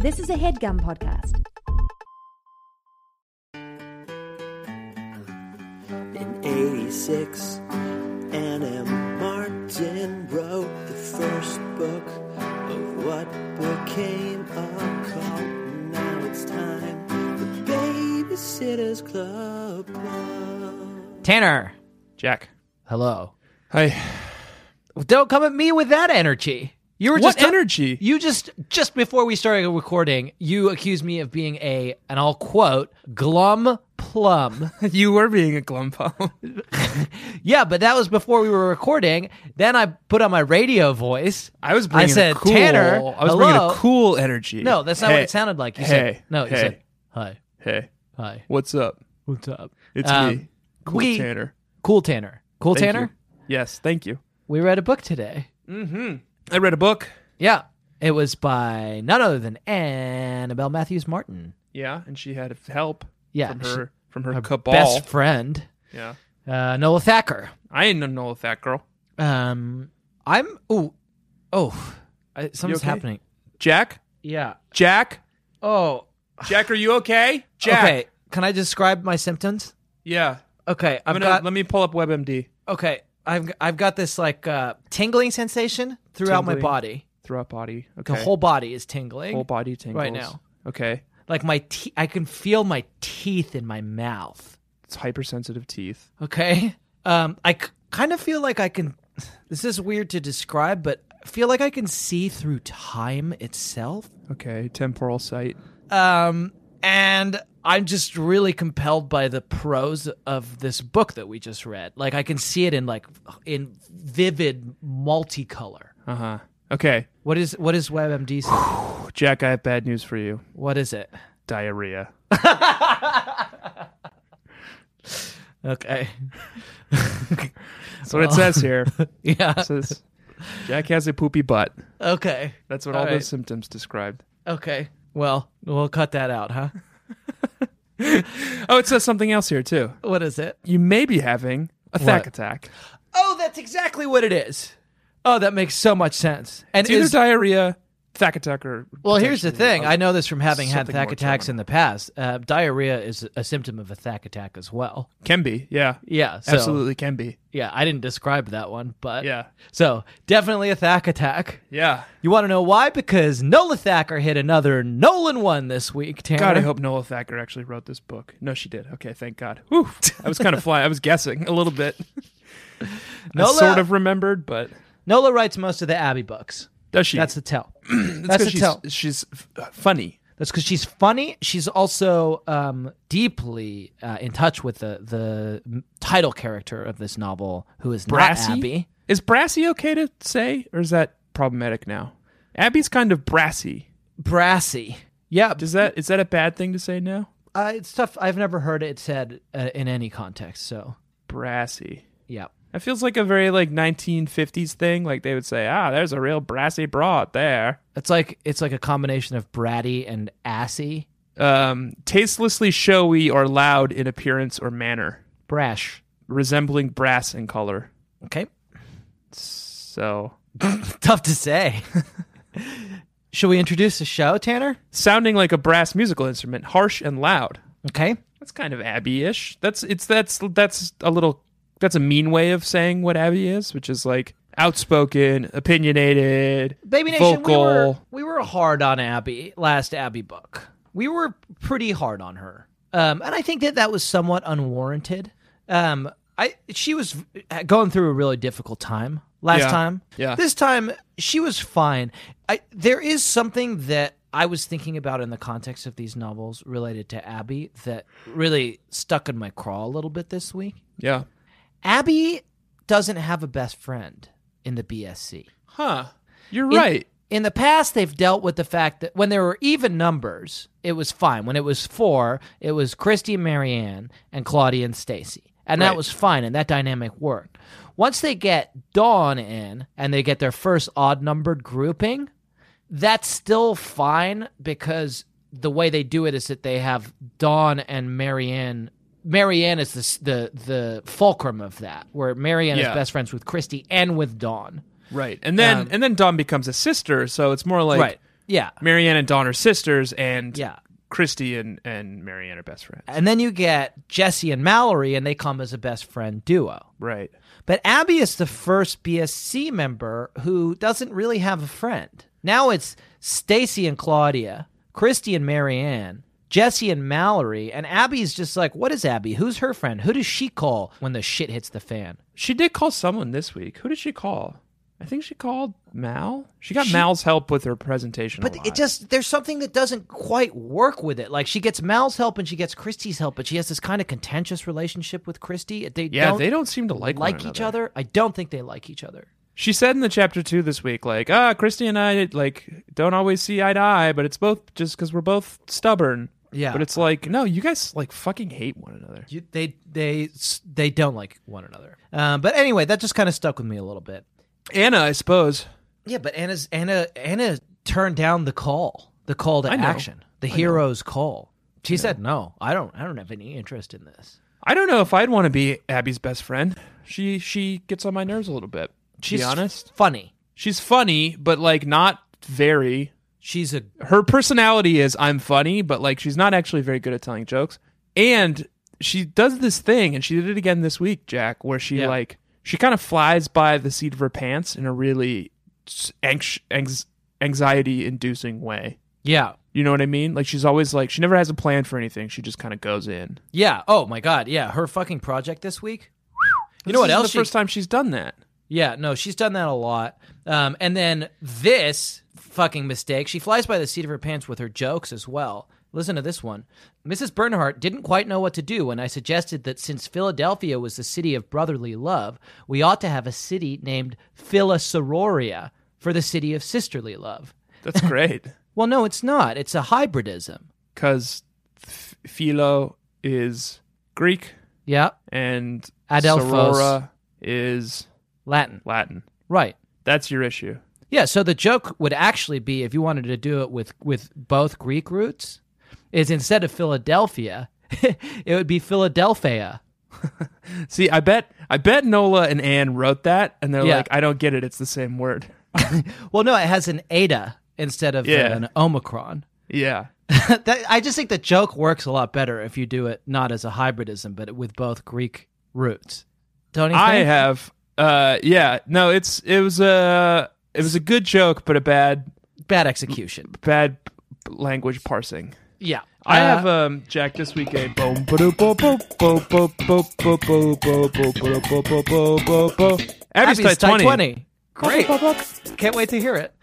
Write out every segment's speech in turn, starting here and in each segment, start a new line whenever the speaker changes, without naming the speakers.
This is a headgum podcast.
In 86, Anna Martin wrote the first book of what became a cult. Now it's time for Babysitter's Club.
Tanner,
Jack.
hello.
Hi.
Don't come at me with that energy. You were
What
just
energy?
You just just before we started recording, you accused me of being a and I'll quote glum plum.
you were being a glumpum.
yeah, but that was before we were recording. Then I put on my radio voice.
I was bringing
I said
a cool,
Tanner.
I was
hello.
bringing a cool energy.
No, that's not
hey,
what it sounded like. You
hey,
said no. You
hey,
said hi,
hey,
hi.
what's up?
What's up?
It's
Um,
me, cool
we-
Tanner.
Cool Tanner. Cool
Thank
Tanner.
you. Yes, thank you.
We read a book today. Mm-hmm.
I read a book.
Yeah, it was by none other than Annabelle Matthews Martin.
Yeah, and she had help.
Yeah,
from
she-
her from her,
her
cabal.
best friend,
yeah,
uh, Noah Thacker.
I ain't no know with that girl.
Um, I'm. Ooh, oh, I, something's
okay?
happening.
Jack,
Yeah.
Jack,
Oh.
Jack, are you okay? Jack.
Okay. Can I describe my symptoms?
Yeah.
Okay, I've
I'm gonna,
got.
let me pull up WebMD
okay, I've I've got this like uh, tingling sensation throughout my
Tingling.
body.
throughout body.
The
Okay.
whole body is tingling.
whole body tingles
right now.
Okay.
Like my te- I can feel my teeth in my mouth.
It's hypersensitive teeth.
Okay. Um, I c- kind of feel like I can. This is weird to describe, but I feel like I can see through time itself.
Okay, temporal sight.
Um, and I'm just really compelled by the prose of this book that we just read. Like I can see it in like in vivid multicolor.
Uh huh. Okay,
What is what is WebMD? say?
Jack, I have bad news for you.
what is it?
Diarrhea.
Okay.
That's
Oh.
what it says here. It
yeah.
says Jack has a poopy butt.
Okay.
That's what
All
all,
right.
those symptoms described.
Okay. Well, we'll cut that out, huh?
Oh, it says something else here too.
What is it?
You may be having a
What?
thack attack.
Oh, that's exactly what it is. Oh, that makes so much sense. And
It's either
is-
diarrhea, thack attack, or
well, here's the
potentially
thing.
other-
I know this from having had
something
thack
more
attacks
common.
in the past. Uh, diarrhea is a symptom of a thack attack as well.
can be. Yeah,
Yeah, so,
absolutely can be.
Yeah, I didn't describe that one, but
Yeah,
So definitely a thack attack.
yeah.
You want to know why? Because Nola Thacker hit another Nolan one this week. Tanner.
God, I hope Nola Thacker actually wrote this book. No, she did. Okay, thank God. Whew. I was kind of flying. I was guessing a little bit.
Nola,
I sort of remembered, but
Nola writes most of the Abbey books.
does she?
That's the tell.
That's
That's the
she's,
tell.
she's f- uh, funny.
That's because she's funny. She's also um, deeply uh, in touch with the the m- title character of this novel, who is
Brassy.
not Abby.
Is brassy okay to say, or is that problematic now? Abby's kind of brassy.
Brassy. Yeah,
Does that is that a bad thing to say now?
uh, it's tough. I've never heard it said uh, in any context. So
Brassy.
yeah,
That feels like a very like 1950s thing. Like they would say, ah, there's a real brassy broad there.
it's like it's like a combination of bratty and assy,
Um, tastelessly showy or loud in appearance or manner,
brash.
resembling brass in color.
Okay,
So
tough to say. Should we introduce the show, Tanner?
sounding like a brass musical instrument, harsh and loud.
Okay.
That's kind of Abby-ish. That's it's that's that's a little that's a mean way of saying what Abby is, which is like outspoken, opinionated,
Baby Nation,
vocal.
we were we were hard on Abby last Abby book. We were pretty hard on her, um, and I think that that was somewhat unwarranted. Um, I she was going through a really difficult time last
Yeah.
time.
Yeah.
this time she was fine. I there is something that I was thinking about in the context of these novels related to Abby that really stuck in my craw a little bit this week.
Yeah.
Abby doesn't have a best friend in the BSC.
Huh. You're
In-
right.
In the past, they've dealt with the fact that when there were even numbers, it was fine. When it was four, it was Christy and Marianne and Claudia and Stacy. And that
Right.
was fine, and that dynamic worked. Once they get Dawn in and they get their first odd numbered grouping, that's still fine because the way they do it is that they have Dawn and Marianne. Marianne is the s- the, the fulcrum of that, where Marianne
Yeah.
is best friends with Christy and with Dawn.
Right. And then
Um,
and then Dawn becomes a sister, so it's more like
Right. Yeah.
Marianne and Dawn are sisters, and
Yeah.
Christy and, and Marianne are best friends.
And then you get Jesse and Mallory, and they come as a best friend duo.
Right.
But Abby is the first BSC member who doesn't really have a friend. Now it's Stacy and Claudia, Christy and Marianne, Jesse and Mallory, and Abby's just like, what is Abby? Who's her friend? Who does she call when the shit hits the fan?
She did call someone this week. Who did she call? I think she called Mal. She got Mal's help with her presentation. a
But it
lot.
just there's something that doesn't quite work with it. Like she gets Mal's help and she gets Christy's help, but she has this kind of contentious relationship with Christy. They
yeah,
don't
they don't seem to like one
like each other. I don't think they like each other.
She said in the chapter two this week, like, ah, Christy and I like don't always see eye to eye, but it's both just because we're both stubborn.
Yeah.
But it's like, no, you guys like fucking hate one another.
You, they they they don't like one another. Um, but anyway, that just kind of stuck with me a little bit.
Anna, I suppose.
Yeah, but Anna's Anna Anna turned down the call, the call to
I know.
action, the hero's call. She said, "No, I don't. I don't have any interest in this."
I don't know if I'd want to be Abby's best friend. She she gets on my nerves a little bit. To
She's
be honest,
funny.
she's funny, but like not very.
She's a
her personality is I'm funny, but like she's not actually very good at telling jokes. And she does this thing, and she did it again this week, Jack, where she
Yeah.
like she kind of flies by the seat of her pants in a really anx- anx- anxiety inducing way.
yeah,
You know what I mean? Like she's always like she never has a plan for anything. She just kind of goes in.
yeah. Oh my god, yeah. Her fucking project this week. You
This
know what
is
else?
The
she-
first time she's done that.
Yeah, no, she's done that a lot. Um, and then this fucking mistake. She flies by the seat of her pants with her jokes as well. Listen to this one. Mrs. Bernhardt didn't quite know what to do when I suggested that since Philadelphia was the city of brotherly love, we ought to have a city named Philisororia for the city of sisterly love.
That's great
Well, no, it's not. It's a hybridism.
because Philo is Greek
Yeah,
and
Adelphos.
Sorora is
Latin.
Latin.
Right.
That's your issue.
Yeah, so the joke would actually be if you wanted to do it with with both Greek roots, is instead of Philadelphia, it would be Philadelphia.
See, I bet I bet Nola and Anne wrote that and they're
Yeah.
like, I don't get it, it's the same word.
Well, no, it has an eta instead of
Yeah.
an omicron.
Yeah.
that, I just think the joke works a lot better if you do it not as a hybridism, but with both Greek roots. Don't you
I
think?
have uh yeah. No, it's it was a it was a good joke, but a bad
bad execution.
bad language parsing.
Yeah,
I
Uh,
have um Jack this week a boom boom boom boom boom boom boom boom boom boom boom boom boom boom boom boom boom Abby's
Abby's
tight
Type
20.
20. Great,
It's,
can't wait to hear it.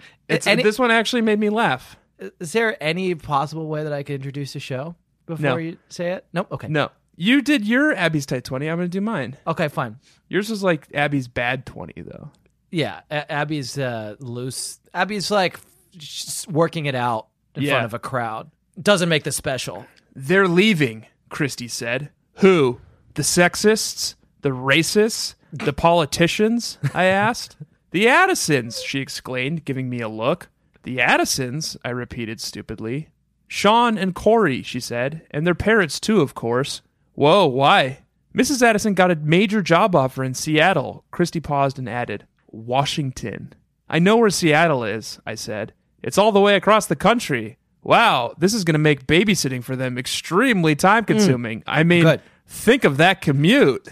Any-
this one actually made me laugh.
Is there any possible way that I could introduce the show before
No.
you say it? Nope. Okay.
No. You did your Abby's tight 20, I'm going to do mine.
Okay, fine.
Yours was like Abby's bad 20 though.
Yeah, A- Abby's uh, loose. Abby's like she's working it out in
Yeah.
front of a crowd. Doesn't make the special.
They're leaving, Christie said. Who? The sexists? The racists? The politicians? I asked. the Addisons, she exclaimed, giving me a look. The Addisons, I repeated stupidly. Sean and Corey, she said, and their parents too, of course. Whoa, why? Mrs. Addison got a major job offer in Seattle. Christie paused and added, Washington. I know where Seattle is, I said. It's all the way across the country. Wow, this is going to make babysitting for them extremely time consuming. I mean,
Mm. Good.
think of that commute.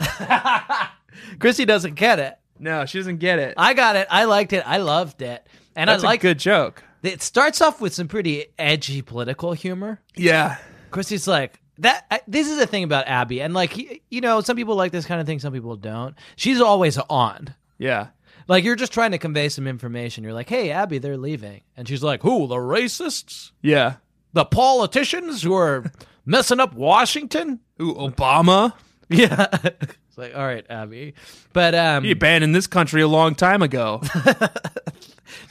Chrissy doesn't get it.
no, she doesn't get it.
I got it. I liked it. I loved it. And
That's
I like
a good joke.
it starts off with some pretty edgy political humor.
Yeah.
Christy's like that. I, this is the thing about Abby, and like y- you know, some people like this kind of thing, some people don't. She's always on.
Yeah.
Like you're just trying to convey some information. You're like, "Hey, Abby, they're leaving," and she's like, "Who? The racists?
Yeah.
The politicians who are messing up Washington?"
Ooh, Obama?
Yeah. it's like, all right, Abby, but um,
He abandoned this country a long time ago.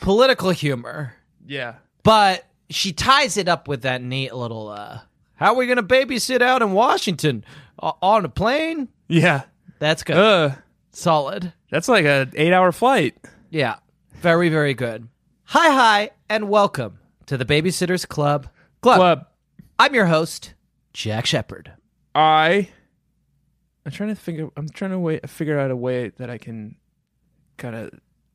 political humor.
yeah.
But she ties it up with that neat little. uh How are we gonna babysit out in Washington O- on a plane?
Yeah.
That's good.
Uh,
Solid.
that's like a eight hour flight.
Yeah. Very, very good. Hi, hi, and welcome to the Babysitters Club. Club.
Club.
I'm your host, Jack Shepard.
I I'm trying to figure I'm trying to wait, figure out a way that I can kind of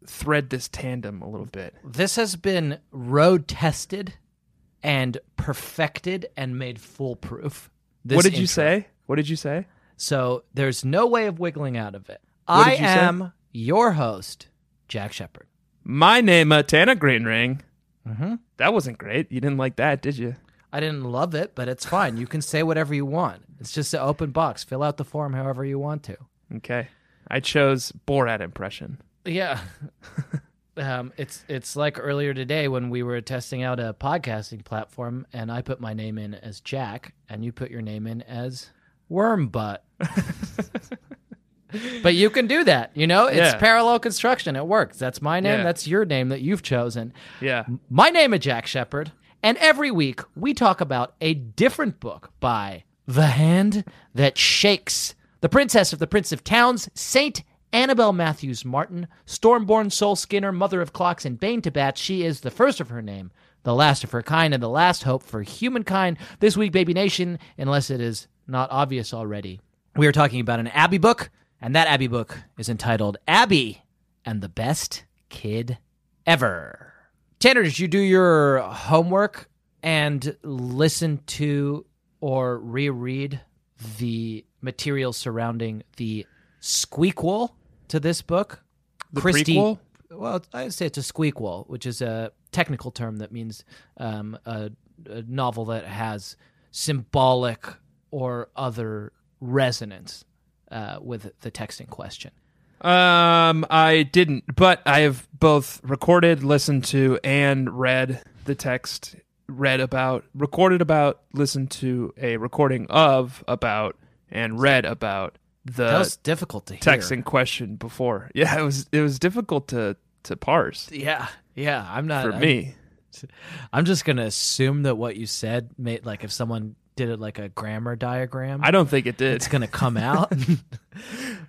thread this tandem a little bit.
This has been road tested and perfected and made foolproof. This
what did you
intro.
say? What did you say?
So there's no way of wiggling out of it.
What
I
did you say?
am your host, Jack Shepard.
My name, uh, Tana Greenring.
Mhm.
That wasn't great. You didn't like that, did you?
I didn't love it, but it's fine. You can say whatever you want. It's just an open box. Fill out the form however you want to.
Okay. I chose Borat impression.
Yeah. um, it's it's like earlier today when we were testing out a podcasting platform, and I put my name in as Jack, and you put your name in as Worm Butt. but you can do that. You know, it's
Yeah.
parallel construction. It works. That's my name.
Yeah.
That's your name that you've chosen.
Yeah.
My name is Jack Shepard, and every week we talk about a different book by The Hand That Shakes, The Princess of the Prince of Towns, Saint Annabel Matthews Martin, Stormborn Soul Skinner, Mother of Clocks, and Bane to Bat. She is the first of her name, the last of her kind, and the last hope for humankind. This week, Baby Nation, unless it is not obvious already, we are talking about an Abby book, and that Abby book is entitled Abby and the Best Kid Ever. Tanner, did you do your homework and listen to or reread the material surrounding the squeakquel to this book?
The prequel?
Well, I'd say it's a squeakquel, which is a technical term that means um, a, a novel that has symbolic or other resonance uh, with the text in question.
Um, I didn't, but I have both recorded, listened to, and read the text. Read about, recorded about, listened to a recording of about, and read about the
that was difficult to hear.
Uh, text in question before. Yeah, it was it was difficult to to parse
Yeah, yeah. I'm not
for
I-
me.
I'm just gonna assume that what you said made like if someone did it like a grammar diagram,
I don't think it did.
it's gonna come out.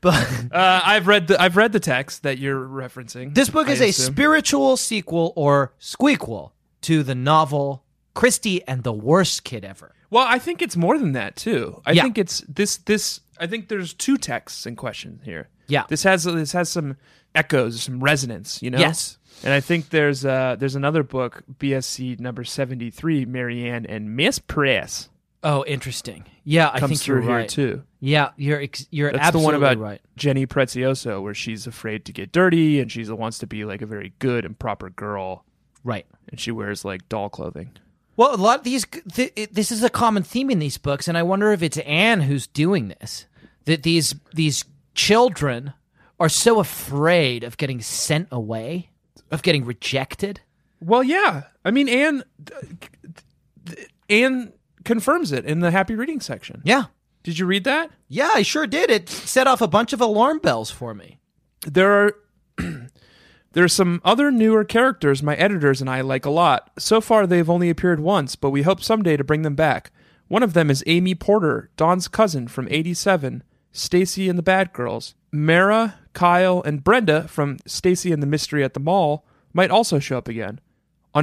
but
Uh, I've read the I've read the text that you're referencing.
this book
I
is a
assume.
spiritual sequel or squeakquel to the novel Christie and the Worst Kid Ever.
Well, I think it's more than that too. I
Yeah.
think it's this this I think there's two texts in question here.
Yeah.
This has this has some echoes, some resonance, you know?
Yes.
And I think there's uh there's another book, BSC number seventy three, Marianne and Miss Press
Oh, interesting. Yeah, I
comes
think
through
you're
here
right.
too.
Yeah, you're ex- you're
That's the one
absolutely
about
right.
Jenny Prezioso, where she's afraid to get dirty and she's wants to be like a very good and proper girl
Right.
and she wears like doll clothing.
Well, a lot of these, th- it- this is a common theme in these books, and I wonder if it's Anne who's doing this. That these these children are so afraid of getting sent away, of getting rejected.
Well, yeah. I mean, Anne Anne confirms it in the happy reading section.
Yeah,
Did you read that?
yeah, I sure did. It set off a bunch of alarm bells for me.
There are there are some other newer characters my editors and I like a lot. So far they've only appeared once, but we hope someday to bring them back. One of them is Amy Porter, Don's cousin from 87, Stacy and the Bad Girls. Mara, Kyle, and Brenda from Stacy and the Mystery at the Mall might also show up again.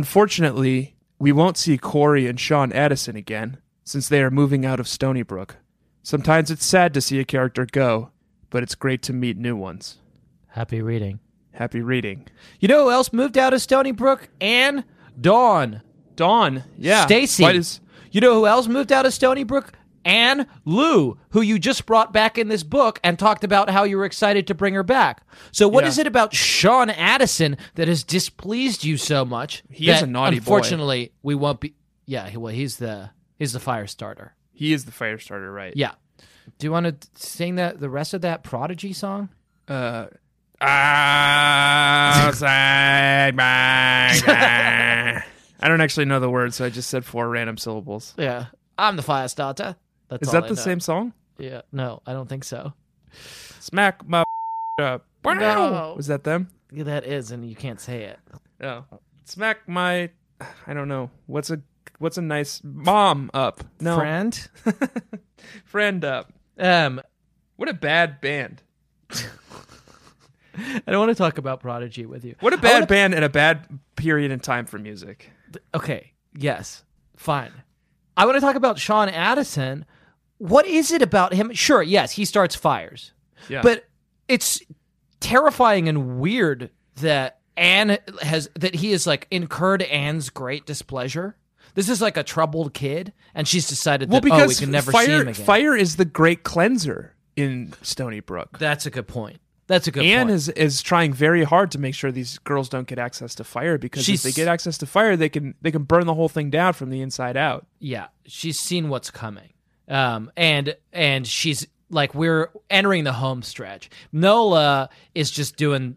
Unfortunately, we won't see Corey and Sean Addison again, since they are moving out of Stony Brook. Sometimes it's sad to see a character go, but it's great to meet new ones.
Happy reading.
Happy reading.
You know who else moved out of Stony Brook? Anne, Dawn,
Dawn, yeah.
Stacy.
Why does-
You know who else moved out of Stony Brook? Anne Lou, who you just brought back in this book and talked about how you were excited to bring her back. So, what
Yeah.
is it about Sean Addison that has displeased you so much?
He is
that
a naughty boy.
Unfortunately, we won't be. Yeah, he- well, he's the he's the fire starter.
He is the fire starter, right?
Yeah. Do you want to sing that the rest of that Prodigy song?
Uh, outside my guy. I don't actually know the words, so I just said four random syllables.
Yeah, I'm the fire starter. That's
Is
all
that
I
the
know.
same song?
Yeah. No, I don't think so.
Smack my up.
No.
Was that them?
Yeah, That is, and you can't say it.
Oh. Smack my. I don't know. What's a what's a nice mom up? No,
Friend.
friend up.
Um,
What a bad band.
I don't want to talk about Prodigy with you.
What a
I
bad
wanna-
band and a bad period in time for music.
Okay. Yes. Fine. I want to talk about Sean Addison. What is it about him? Sure. Yes, he starts fires,
Yeah.
but it's terrifying and weird that Anne has that he has like incurred Anne's great displeasure. This is like a troubled kid, and she's decided
Well,
that oh, we
because
can never
fire,
see him again.
fire is the great cleanser in Stony Brook.
That's a good point. That's a good
Anne
point.
is is trying very hard to make sure these girls don't get access to fire because
She's-
if they get access to fire, they can they can burn the whole thing down from the inside out.
yeah, she's seen what's coming, um, and and she's like we're entering the home stretch. Nola is just doing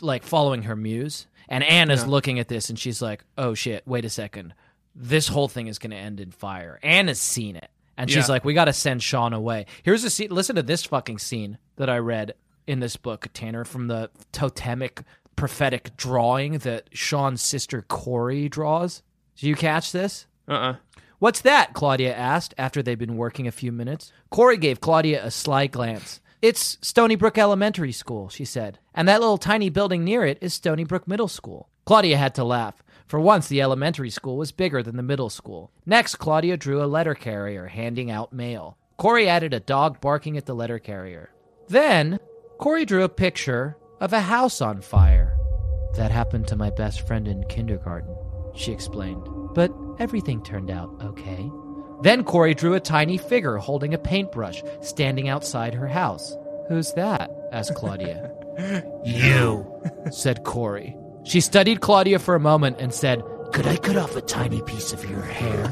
like following her muse, and Anne is looking at this and she's like, oh shit, wait a second, this whole thing is going to end in fire. Anne has seen it, and she's
Yeah.
like, we got to send Sean away. Here's a scene. Listen to this fucking scene that I read in this book, Tanner, from the totemic prophetic drawing that Sean's sister Corey draws. Do you catch this?
Uh uh
What's that? Claudia asked after they'd been working a few minutes. Corey gave Claudia a sly glance. It's Stony Brook Elementary School, she said, and that little tiny building near it is Stony Brook Middle School. Claudia had to laugh. For once, the elementary school was bigger than the middle school. Next, Claudia drew a letter carrier handing out mail. Corey added a dog barking at the letter carrier. Then, Corey drew a picture of a house on fire. That happened to my best friend in kindergarten, she explained. But everything turned out okay. Then Corey drew a tiny figure holding a paintbrush standing outside her house. Who's that? asked Claudia. you, said Corey. She studied Claudia for a moment and said, Could I cut off a tiny piece of your hair?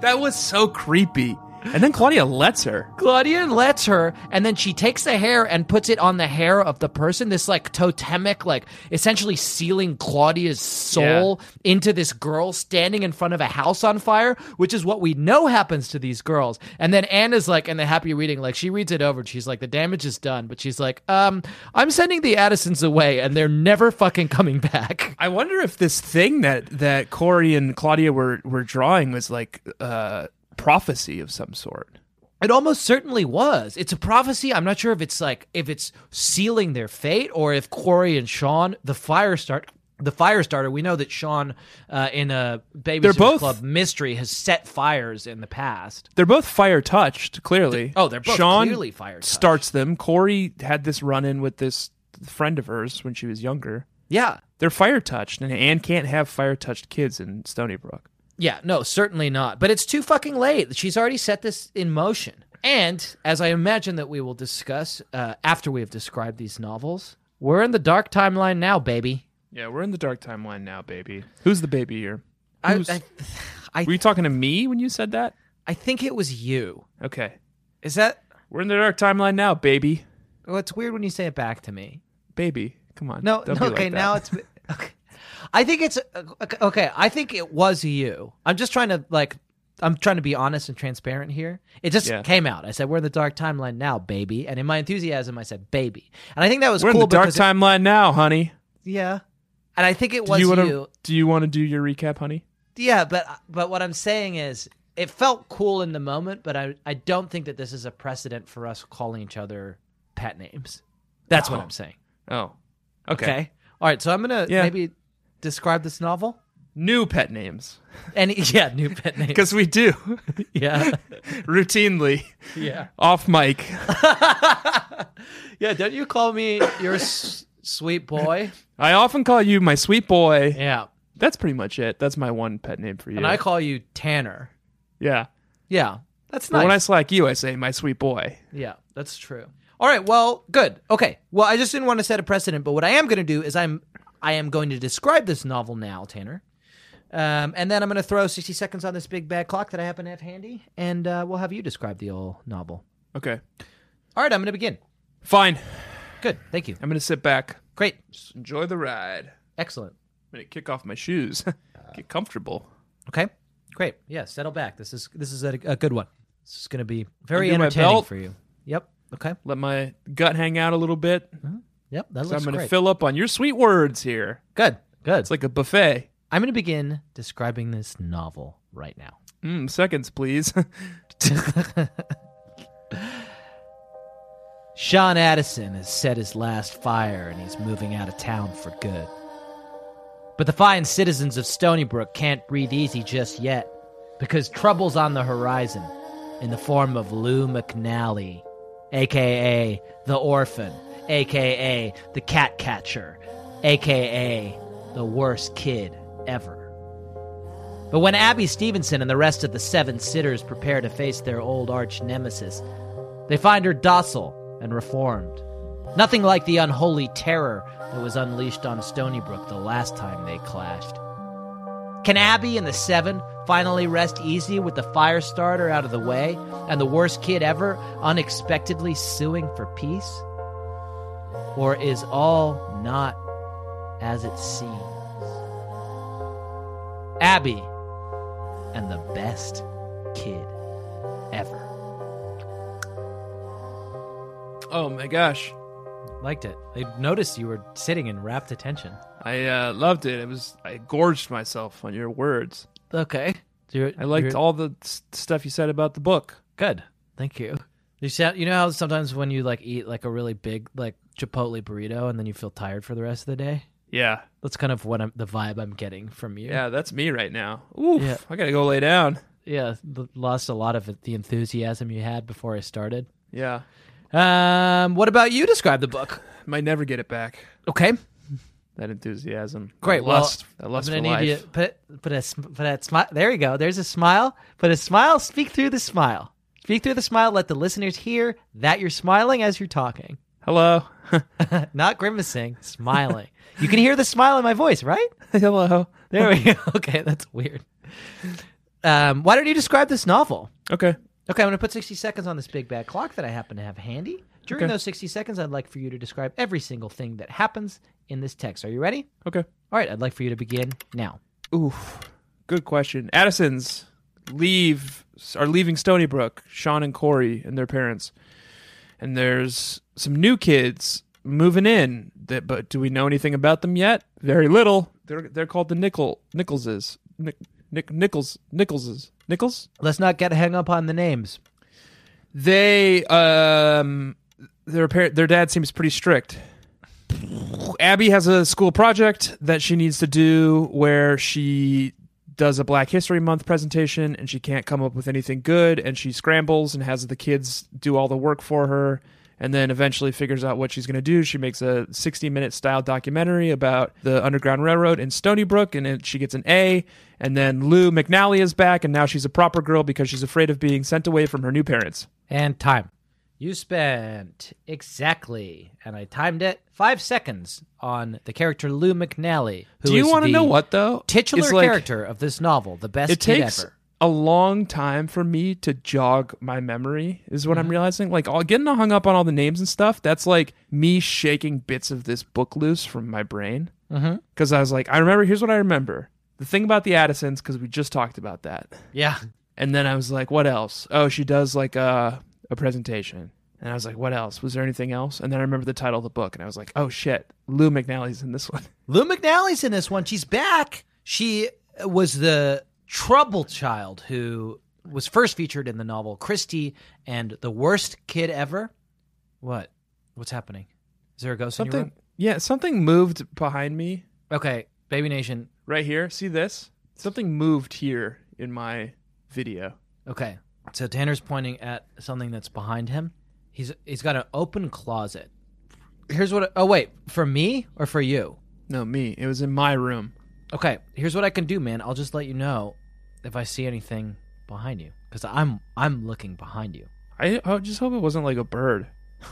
That was so creepy. And then Claudia lets her.
Claudia lets her, and then she takes the hair and puts it on the hair of the person. This like totemic, like essentially sealing Claudia's soul into this girl standing in front of a house on fire, which is what we know happens to these girls. And then Anna's like, in the happy reading, like she reads it over, and she's like, the damage is done, but she's like, um, I'm sending the Addisons away, and they're never fucking coming back.
I wonder if this thing that that Corey and Claudia were were drawing was like uh prophecy of some sort.
It almost certainly was. It's a prophecy. I'm not sure if it's like if it's sealing their fate or if Corey and Sean, the fire start, the fire starter. We know that Sean, uh, in a
They're
Babysitters
both-
Club mystery, has set fires in the past.
They're both fire touched, clearly.
Oh, they're both
Sean
clearly fire touched.
starts them. Corey had this run in with this friend of hers when she was younger.
Yeah,
They're fire touched, and Anne can't have fire touched kids in Stony Brook.
yeah. No, certainly not. But it's too fucking late. She's already set this in motion. And as I imagine that we will discuss uh, after we have described these novels, we're in the dark timeline now, baby.
Yeah, we're in the dark timeline now, baby. Who's the baby here?
I,
Who's-
I, I,
were you talking to me when you said that?
I think it was you.
Okay.
Is that
We're in the dark timeline now, baby.
Well, it's weird when you say it back to me.
Baby, come on.
No,
Don't
no,
be like
okay,
that.
now it's okay. I think it's okay- okay. I think it was you. I'm just trying to like, I'm trying to be honest and transparent here. It just
Yeah.
came out. I said we're in the dark timeline now, baby, and in my enthusiasm, I said baby, and I think that was
we're
cool
in the dark
because it-
timeline now, honey.
yeah, and I think it
Do
was
you
you,
want to? Do you want to do your recap, honey?
Yeah, but but what I'm saying is. It felt cool in the moment, but I, I don't think that this is a precedent for us calling each other pet names. That's what
Oh.
I'm saying.
Oh,
Okay. All right. So I'm gonna
Yeah.
maybe describe this novel.
New pet names
And yeah, new pet name.
because we do
yeah,
routinely
yeah,
off mic.
yeah. Don't you call me your s- sweet boy?
I often call you my sweet boy.
Yeah,
That's pretty much it. That's my one pet name for you.
and I call you Tanner.
yeah.
Yeah, that's
But
nice.
when I slack you, I say my sweet boy.
Yeah, that's true. All right, well, good. Okay. Well, I just didn't want to set a precedent, but what I am going to do is I'm I am going to describe this novel now, Tanner. Um, and then I'm going to throw 60 seconds on this big bad clock that I happen to have handy, and uh, we'll have you describe the old novel.
Okay.
All right, I'm going to begin.
Fine.
Good. Thank you.
I'm gonna sit back,
Great.
just enjoy the ride.
Excellent.
I'm gonna kick off my shoes, get comfortable.
Okay, great. Yeah, settle back. This is this is a, a good one. This is going to be very
Undo my
entertaining
belt.
for you. Yep. Okay.
Let my gut hang out a little bit.
Yep. That
So
looks
I'm gonna
great.
fill up on your sweet words here.
good. Good.
It's like a buffet.
I'm going to begin describing this novel right now.
Mm, seconds, please.
Sean Addison has set his last fire and he's moving out of town for good. But the fine citizens of Stony Brook can't breathe easy just yet because trouble's on the horizon in the form of Lou McNally, aka the orphan, aka the cat catcher,
aka the worst kid ever. But when Abby Stevenson and the rest of the seven sitters prepare to face their old arch nemesis, they find her docile and reformed. Nothing like the unholy terror that was unleashed on Stony Brook the last time they clashed. Can Abby and the Seven finally rest easy with the fire starter out of the way and the worst kid ever unexpectedly suing for peace? Or is all not as it seems? Abby and the best kid ever.
Oh my gosh.
Liked it. I noticed you were sitting in rapt attention.
I uh, loved it. It was I gorged myself on your words.
Okay.
I liked all the s- stuff you said about the book.
Good. Thank you. You sound, you know how sometimes when you like eat like a really big like Chipotle burrito and then you feel tired for the rest of the day?
Yeah.
That's kind of what I'm the vibe I'm getting from you.
Yeah, that's me right now. Oof.
Yeah.
I got to go lay down.
Yeah, l- lost a lot of it- the enthusiasm you had before I started.
Yeah.
Um, what about you describe the book?
Might never get it back.
Okay.
That enthusiasm.
Great,
That
well,
lust. that lust for
I'm gonna
life.
need you to put put a sm- put a smile. There you go. There's a smile. Put a smile. Speak through the smile. Speak through the smile. Let the listeners hear that you're smiling as you're talking,
Hello.
not grimacing. Smiling. you can hear the smile in my voice, right?
Hello.
There we go. Okay, that's weird. Um, why don't you describe this novel?
Okay.
Okay, I'm going to put 60 seconds on this big bad clock that I happen to have handy. During
Okay.
those 60 seconds, I'd like for you to describe every single thing that happens in this text. Are you ready?
Okay.
All right, I'd like for you to begin now.
Oof. Good question. Addison's leave are leaving Stony Brook, Sean and Corey and their parents. And there's some new kids moving in. That but do we know anything about them yet? Very little. They're they're called the Nickel Nicholses. Nick, Nick Nichols Nicholses. Nichols?
Let's not get hung up on the names.
They um their par- their dad seems pretty strict. Abby has a school project that she needs to do where she does a Black History Month presentation and she can't come up with anything good and she scrambles and has the kids do all the work for her and then eventually figures out what she's going to do. She makes a 60 minute style documentary about the Underground Railroad in Stony Brook and it, she gets an A. And then Lou McNally is back and now she's a proper girl because she's afraid of being sent away from her new parents.
And time. You spent exactly, and I timed it, five seconds on the character Lou McNally, who
Do you
is
want to
the
know what though?
titular
It's like,
character of this novel, the best
It
kid
takes
ever.
a long time for me to jog my memory. Is what I'm realizing. Like all getting all hung up on all the names and stuff. That's like me shaking bits of this book loose from my brain. Because I was like, I remember. Here's what I remember. The thing about the Addisons, because we just talked about that.
Yeah.
And then I was like, what else? Oh, she does like a a presentation. And I was like, what else? Was there anything else? And then I remember the title of the book, and I was like, oh shit, Lou McNally's in this one.
Lou McNally's in this one. She's back. She was the troubled child who was first featured in the novel Christie and the Worst Kid Ever. What? What's happening? Is there a ghost in your
Something, yeah, something moved behind me.
room? Okay, Baby Nation.
right here. See this? Something moved here in my video.
Okay, so Tanner's pointing at something that's behind him. He's he's got an open closet. Here's what. Oh wait, for me or for you?
No, me. It was in my room.
Okay, here's what I can do, man. I'll just let you know if I see anything behind you because I'm I'm looking behind you.
I, I just hope it wasn't like a bird.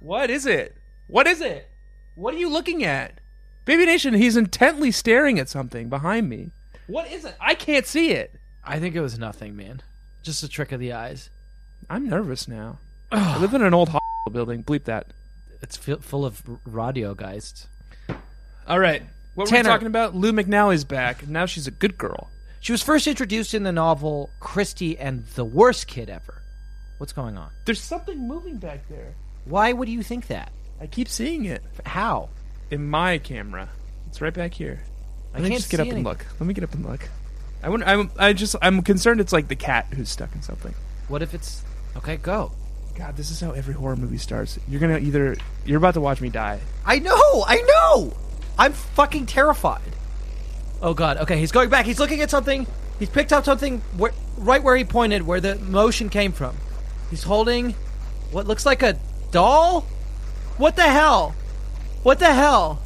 what is it? What is it? What are you looking at? Baby Nation, he's intently staring at something behind me. What is it? I can't see it.
I think it was nothing, man. Just a trick of the eyes.
I'm nervous now. I live in an old hospital building. Bleep that.
It's fi- full of r- radio geists.
All right. What
Tanner.
we're talking about? Lou McNally's back. and Now she's a good girl.
She was first introduced in the novel Christie and the Worst Kid Ever. What's going on?
There's something moving back there.
Why would you think that?
I keep seeing it.
How?
in my camera. It's right back here.
I
Let me
can't
just get
see
up
any-
and look. Let me get up and look. I wouldn't, I'm, I just I'm concerned it's like the cat who's stuck in something.
What if it's okay? Go.
God, this is how every horror movie starts. You're gonna either you're about to watch me die.
I know. I know. I'm fucking terrified. Oh god. Okay, he's going back. He's looking at something. He's picked up something where, right where he pointed, where the motion came from. He's holding what looks like a doll. What the hell? What the hell?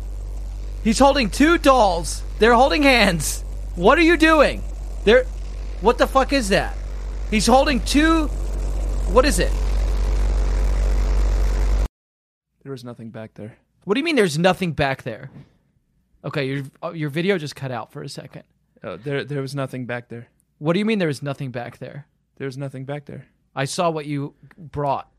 He's holding two dolls. They're holding hands. What are you doing? They're. What the fuck is that? He's holding two. What is it?
There was nothing back there.
What do you mean? There's nothing back there. Okay, your uh, your video just cut out for a second.
Oh, there there was nothing back there.
What do you mean there was nothing back there?
There was nothing back there.
I saw what you brought.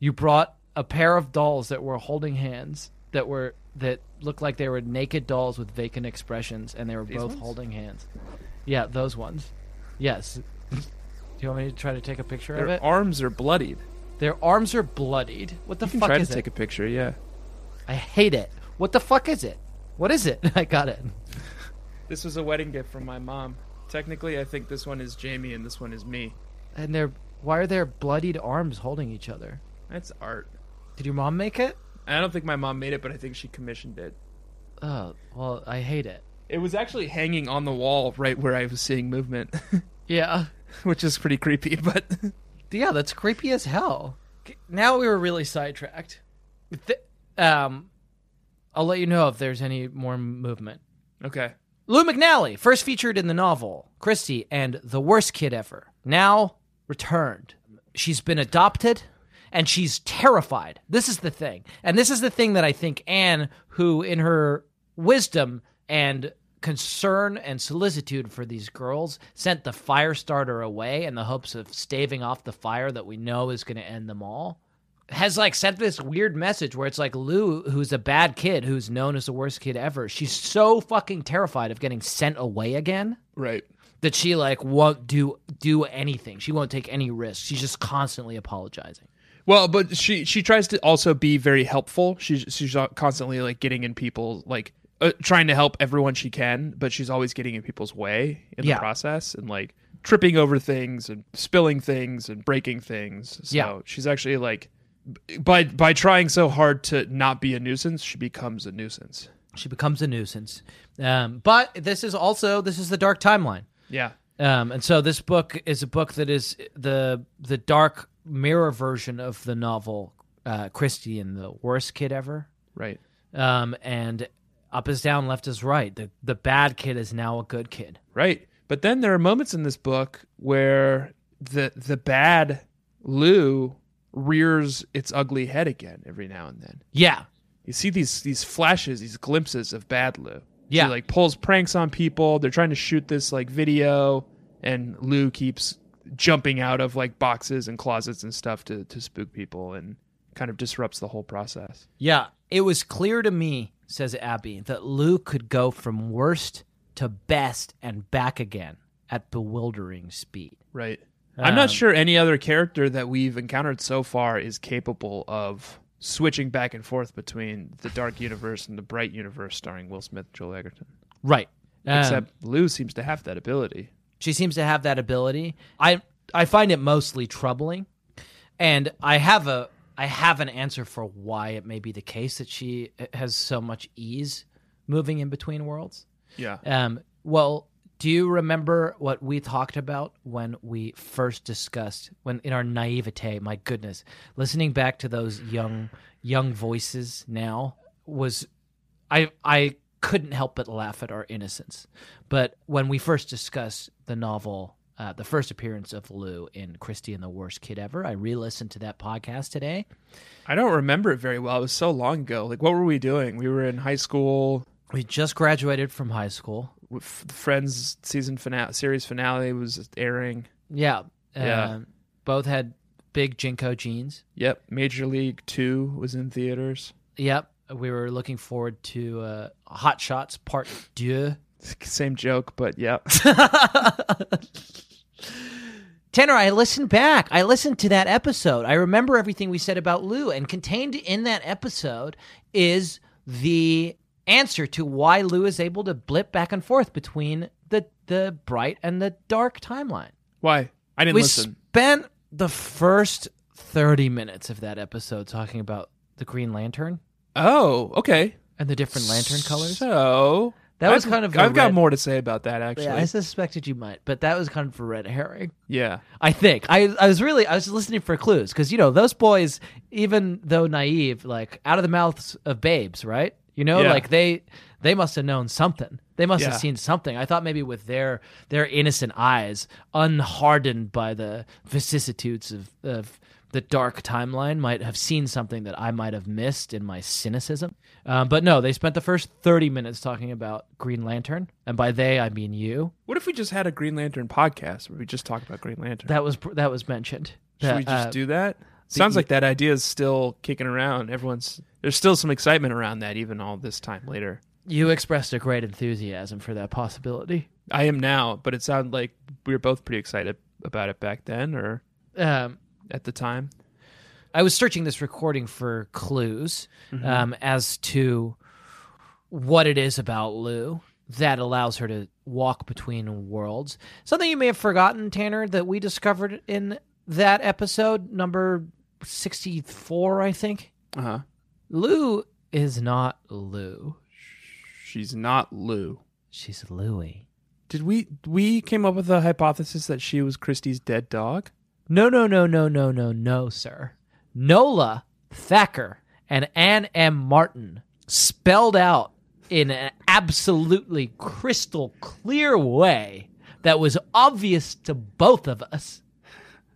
You brought a pair of dolls that were holding hands that were that looked like they were naked dolls with vacant expressions and they were both
ones?
holding hands. Yeah, those ones. Yes. Do you want me to try to take a picture of it?
Their arms are bloodied.
Their arms are bloodied. What the
You can
fuck
try to
is it?
take a picture. Yeah.
I hate it. What the fuck is it? What is it? I got it.
This was a wedding gift from my mom. Technically, I think this one is Jamie and this one is me.
And they're why are their bloodied arms holding each other?
That's art.
Did your mom make it?
I don't think my mom made it, but I think she commissioned it.
Oh, well, I hate it.
It was actually hanging on the wall right where I was seeing movement,
Yeah.
which is pretty creepy, but
Yeah, that's creepy as hell.
Now we were really sidetracked. Th- um, I'll let you know if there's any more movement.
okay.
Lou McNally, first featured in the novel Christie and the Worst Kid Ever, now returned. She's been adopted and she's terrified. This is the thing. And this is the thing that I think Anne, who in her wisdom and concern and solicitude for these girls, sent the fire starter away in the hopes of staving off the fire that we know is going to end them all has like sent this weird message where it's like Lou, who's a bad kid, who's known as the worst kid ever, she's so fucking terrified of getting sent away again
Right.
that she like won't do do anything. She won't take any risks. She's just constantly apologizing.
Well, but she she tries to also be very helpful. She's she's constantly like getting in people like uh, trying to help everyone she can, but she's always getting in people's way in
Yeah.
the process and like tripping over things and spilling things and breaking things. So
Yeah.
she's actually like b- by by trying so hard to not be a nuisance, she becomes a nuisance.
She becomes a nuisance. Um, but this is also this is the dark timeline.
Yeah.
Um, and so this book is a book that is the the dark mirror version of the novel uh, Christie and the Worst Kid Ever.
Right.
Um, and up is down, left is right. The the bad kid is now a good kid.
Right. But then there are moments in this book where the the bad Lou rears its ugly head again every now and then.
Yeah,
You see these these flashes, these glimpses of bad Lou.
Yeah.
She like pulls pranks on people. They're trying to shoot this like video and Lou keeps jumping out of like boxes and closets and stuff to to spook people and kind of disrupts the whole process.
Yeah, it was clear to me, says Abby, that Lou could go from worst to best and back again at bewildering speed.
Right. I'm not
Um,
sure any other character that we've encountered so far is capable of switching back and forth between the dark universe and the bright universe starring Will Smith, Joel Egerton.
Right. Um,
Except Lou seems to have that ability.
She seems to have that ability. I I find it mostly troubling, and I have a I have an answer for why it may be the case that she has so much ease moving in between worlds.
Yeah.
Um, well, do you remember what we talked about when we first discussed when in our naivete? My goodness, listening back to those young young voices now was I I couldn't help but laugh at our innocence. But when we first discussed the novel, uh, the first appearance of Lou in Christie and the Worst Kid Ever, I re-listened to that podcast today.
I don't remember it very well. It was so long ago. Like, what were we doing? We were in high school.
We just graduated from high school.
with F- Friends season finale, series finale was airing.
Yeah,
Yeah.
Um, both had big jinko jeans.
Yep. Major League Two was in theaters.
Yep. We were looking forward to uh, Hot Shots Part 2.
Same joke, but yeah.
Tanner, I listened back. I listened to that episode. I remember everything we said about Lou, and contained in that episode is the answer to why Lou is able to blip back and forth between the, the bright and the dark timeline.
Why? I didn't
We
listen.
spent the first 30 minutes of that episode talking about the Green Lantern
Oh, okay.
and the different lantern colors.
So
That was
I've-
kind of a
I've got
red-
more to say about that actually.
Yeah,
Yeah.
I suspected you might, but that was kind of a red herring.
yeah.
I think I I was really I was listening for clues because you know those boys, even though naive, like out of the mouths of babes, right? You know,
Yeah.
like they they must have known something. They must
Yeah.
have seen something. I thought maybe with their their innocent eyes, unhardened by the vicissitudes of, of the dark timeline, might have seen something that I might have missed in my cynicism. Um, but no, they spent the first thirty minutes talking about Green Lantern, and by they I mean you.
What if we just had a Green Lantern podcast where we just talk about Green Lantern?
That was that was mentioned.
Should we just
Uh, e
do that? Sounds like that idea is still kicking around. Everyone's there's still some excitement around that even all this time later.
You expressed a great enthusiasm for that possibility.
I am now, but it sounded like we were both pretty excited about it back then or
Um,
at the time.
I was searching this recording for clues
Mm-hmm.
um, as to what it is about Lou that allows her to walk between worlds. Something you may have forgotten, Tanner, that we discovered in that episode, number 64, I think.
Uh huh.
Lou is not Lou.
She's not Lou.
She's Louie.
Did we we came up with the hypothesis that she was Christie's dead dog?
No, no, no, no, no, no, no, sir. Nola Thacker and Anne M. Martin spelled out in an absolutely crystal clear way that was obvious to both of us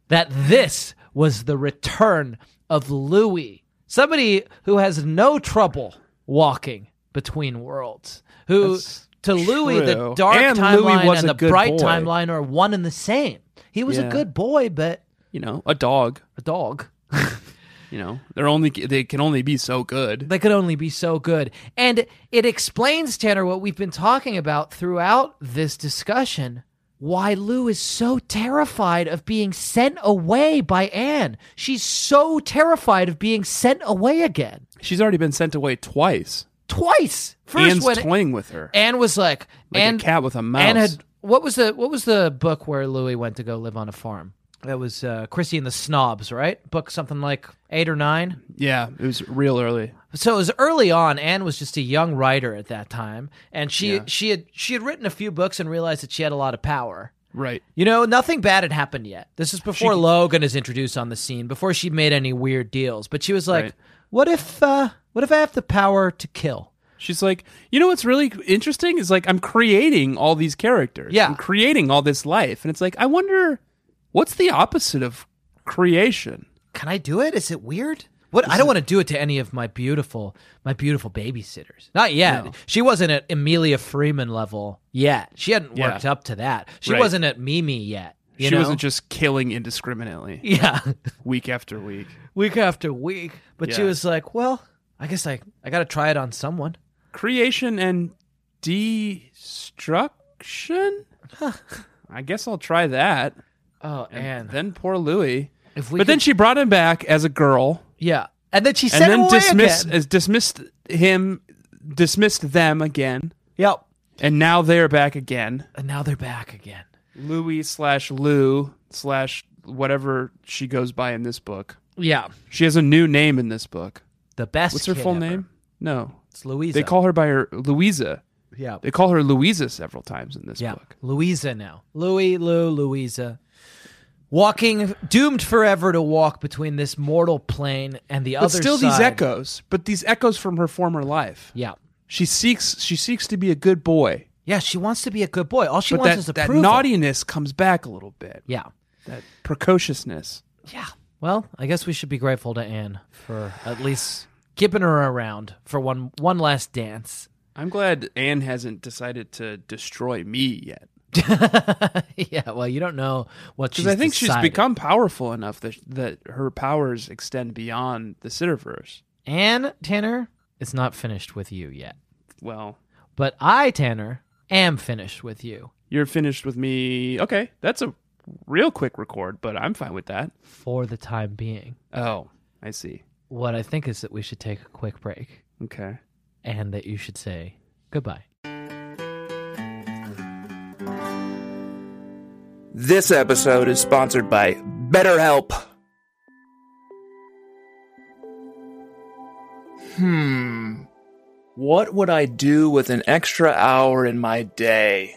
that this was the return of Louis, somebody who has no trouble walking between worlds, who
That's
to Louis the
true.
dark
And Louis
timeline
was
and
a
the
good
bright
boy.
timeline are one and the same. He was a
Yeah.
good boy, but
You know, a dog.
a dog.
You know, they're only they can only be so good.
They could only be so good. And it explains, Tanner, what we've been talking about throughout this discussion why Lou is so terrified of being sent away by Anne. She's so terrified of being sent away again.
She's already been sent away twice.
Twice. First,
Anne's
when
toying with her.
Anne was like,
Like a
Anne,
cat with a mouse.
Anne had, what was the what was the book where Louis went to go live on a farm?
That was uh, Chrissy and the Snobs, right?
Book something like eight or nine.
yeah, it was real early.
so it was early on anne was just a young writer at that time and she she had she had written a few books and realized that she had a lot of power
Right.
you know nothing bad had happened yet this is before logan is introduced on the scene before she made any weird deals but she was like
Right.
what if uh what if i have the power to kill
She's like, you know what's really interesting is like I'm creating all these characters.
Yeah.
I'm creating all this life. And it's like, I wonder what's the opposite of creation?
can i do it is it weird what i don't want to do it to any of my beautiful my beautiful babysitters not yet she wasn't at amelia freeman level yet she hadn't
Yeah.
worked up to that she
Right.
wasn't at mimi yet you
she
know?
wasn't just killing indiscriminately
yeah
week after week.
week after week. But she
Yeah.
was like, "Well, I guess I I got to try it on someone."
Creation and destruction? I guess I'll try that.
Oh, and,
Then poor Louis.
if we,
But then she brought him back as a girl
yeah, and then she
and
sent him
then
away
dismissed
again.
as dismissed him dismissed them again.
Yep,
And now they're back again.
and now they're back again.
Louie slash Lou slash whatever she goes by in this book.
Yeah,
She has a new name in this book.
the best.
What's her
kid
full
ever.
name? No.
It's Louisa.
They call her by her Louisa.
Yeah.
They call her Louisa several times in this
yeah
book.
Louisa now. Louis, Lou, Louisa. Walking, doomed forever to walk between this mortal plane and the
But
other.
still these
side.
echoes, but these echoes from her former life.
Yeah,
She seeks she seeks to be a good boy.
yeah. She wants to be a good boy. All she
but
wants
that,
is
that
approval.
naughtiness comes back a little bit.
Yeah,
That precociousness.
Yeah. Well, I guess we should be grateful to Anne for at least keeping her around for one one last dance.
I'm glad Anne hasn't decided to destroy me yet.
yeah. Well, you don't know what she's.
Because I think
decided.
she's become powerful enough that that her powers extend beyond the Sitterverse.
Anne Tanner is not finished with you yet,
Well,
but I Tanner am finished with you
you're finished with me. Okay, that's a real quick record, but I'm fine with that.
for the time being.
Oh, I see.
What I think is that we should take a quick break
Okay.
and that you should say goodbye.
This episode is sponsored by BetterHelp. Hmm. What would I do with an extra hour in my day?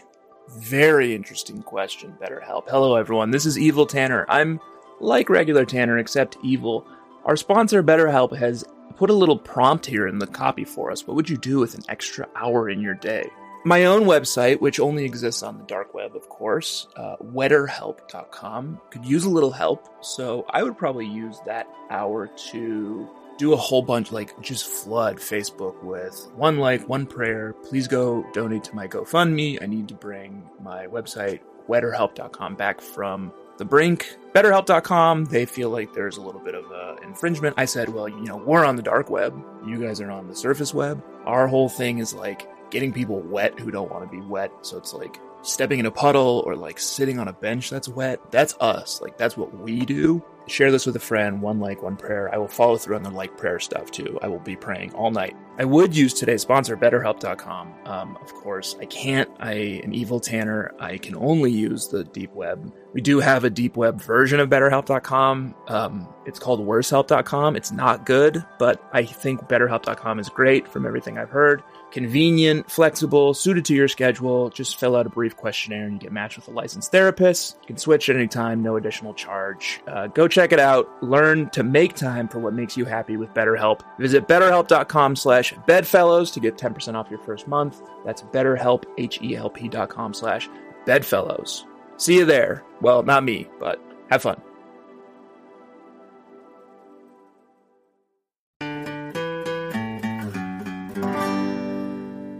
Very interesting question, BetterHelp. Hello, everyone. This is Evil Tanner. I'm like regular Tanner, except evil. Our sponsor, BetterHelp, has
put a little prompt here in the copy for us. What would you do with an extra hour in your day? My own website, which only exists on the dark web, of course, uh, wetterhelp.com, could use a little help. So I would probably use that hour to do a whole bunch, like just flood Facebook with one like, one prayer. Please go donate to my GoFundMe. I need to bring my website, wetterhelp.com, back from the brink. BetterHelp.com, they feel like there's a little bit of uh, infringement. I said, well, you know, we're on the dark web. You guys are on the surface web. Our whole thing is like getting people wet who don't want to be wet. So it's like stepping in a puddle or like sitting on a bench that's wet. That's us. Like, that's what we do. Share this with a friend, one like, one prayer. I will follow through on the like prayer stuff too. I will be praying all night. I would use today's sponsor, BetterHelp.com. Um, of course, I can't. I am evil Tanner. I can only use the deep web. We do have a deep web version of BetterHelp.com. Um, it's called WorseHelp.com. It's not good, but I think BetterHelp.com is great from everything I've heard. Convenient, flexible, suited to your schedule. Just fill out a brief questionnaire and you get matched with a licensed therapist. You can switch at any time, no additional charge. Uh, go check it out. Learn to make time for what makes you happy with BetterHelp. Visit BetterHelp.com slash bedfellows to get 10% off your first month. That's BetterHelp, H-E-L-P dot com slash bedfellows. See you there. Well, not me, but have fun.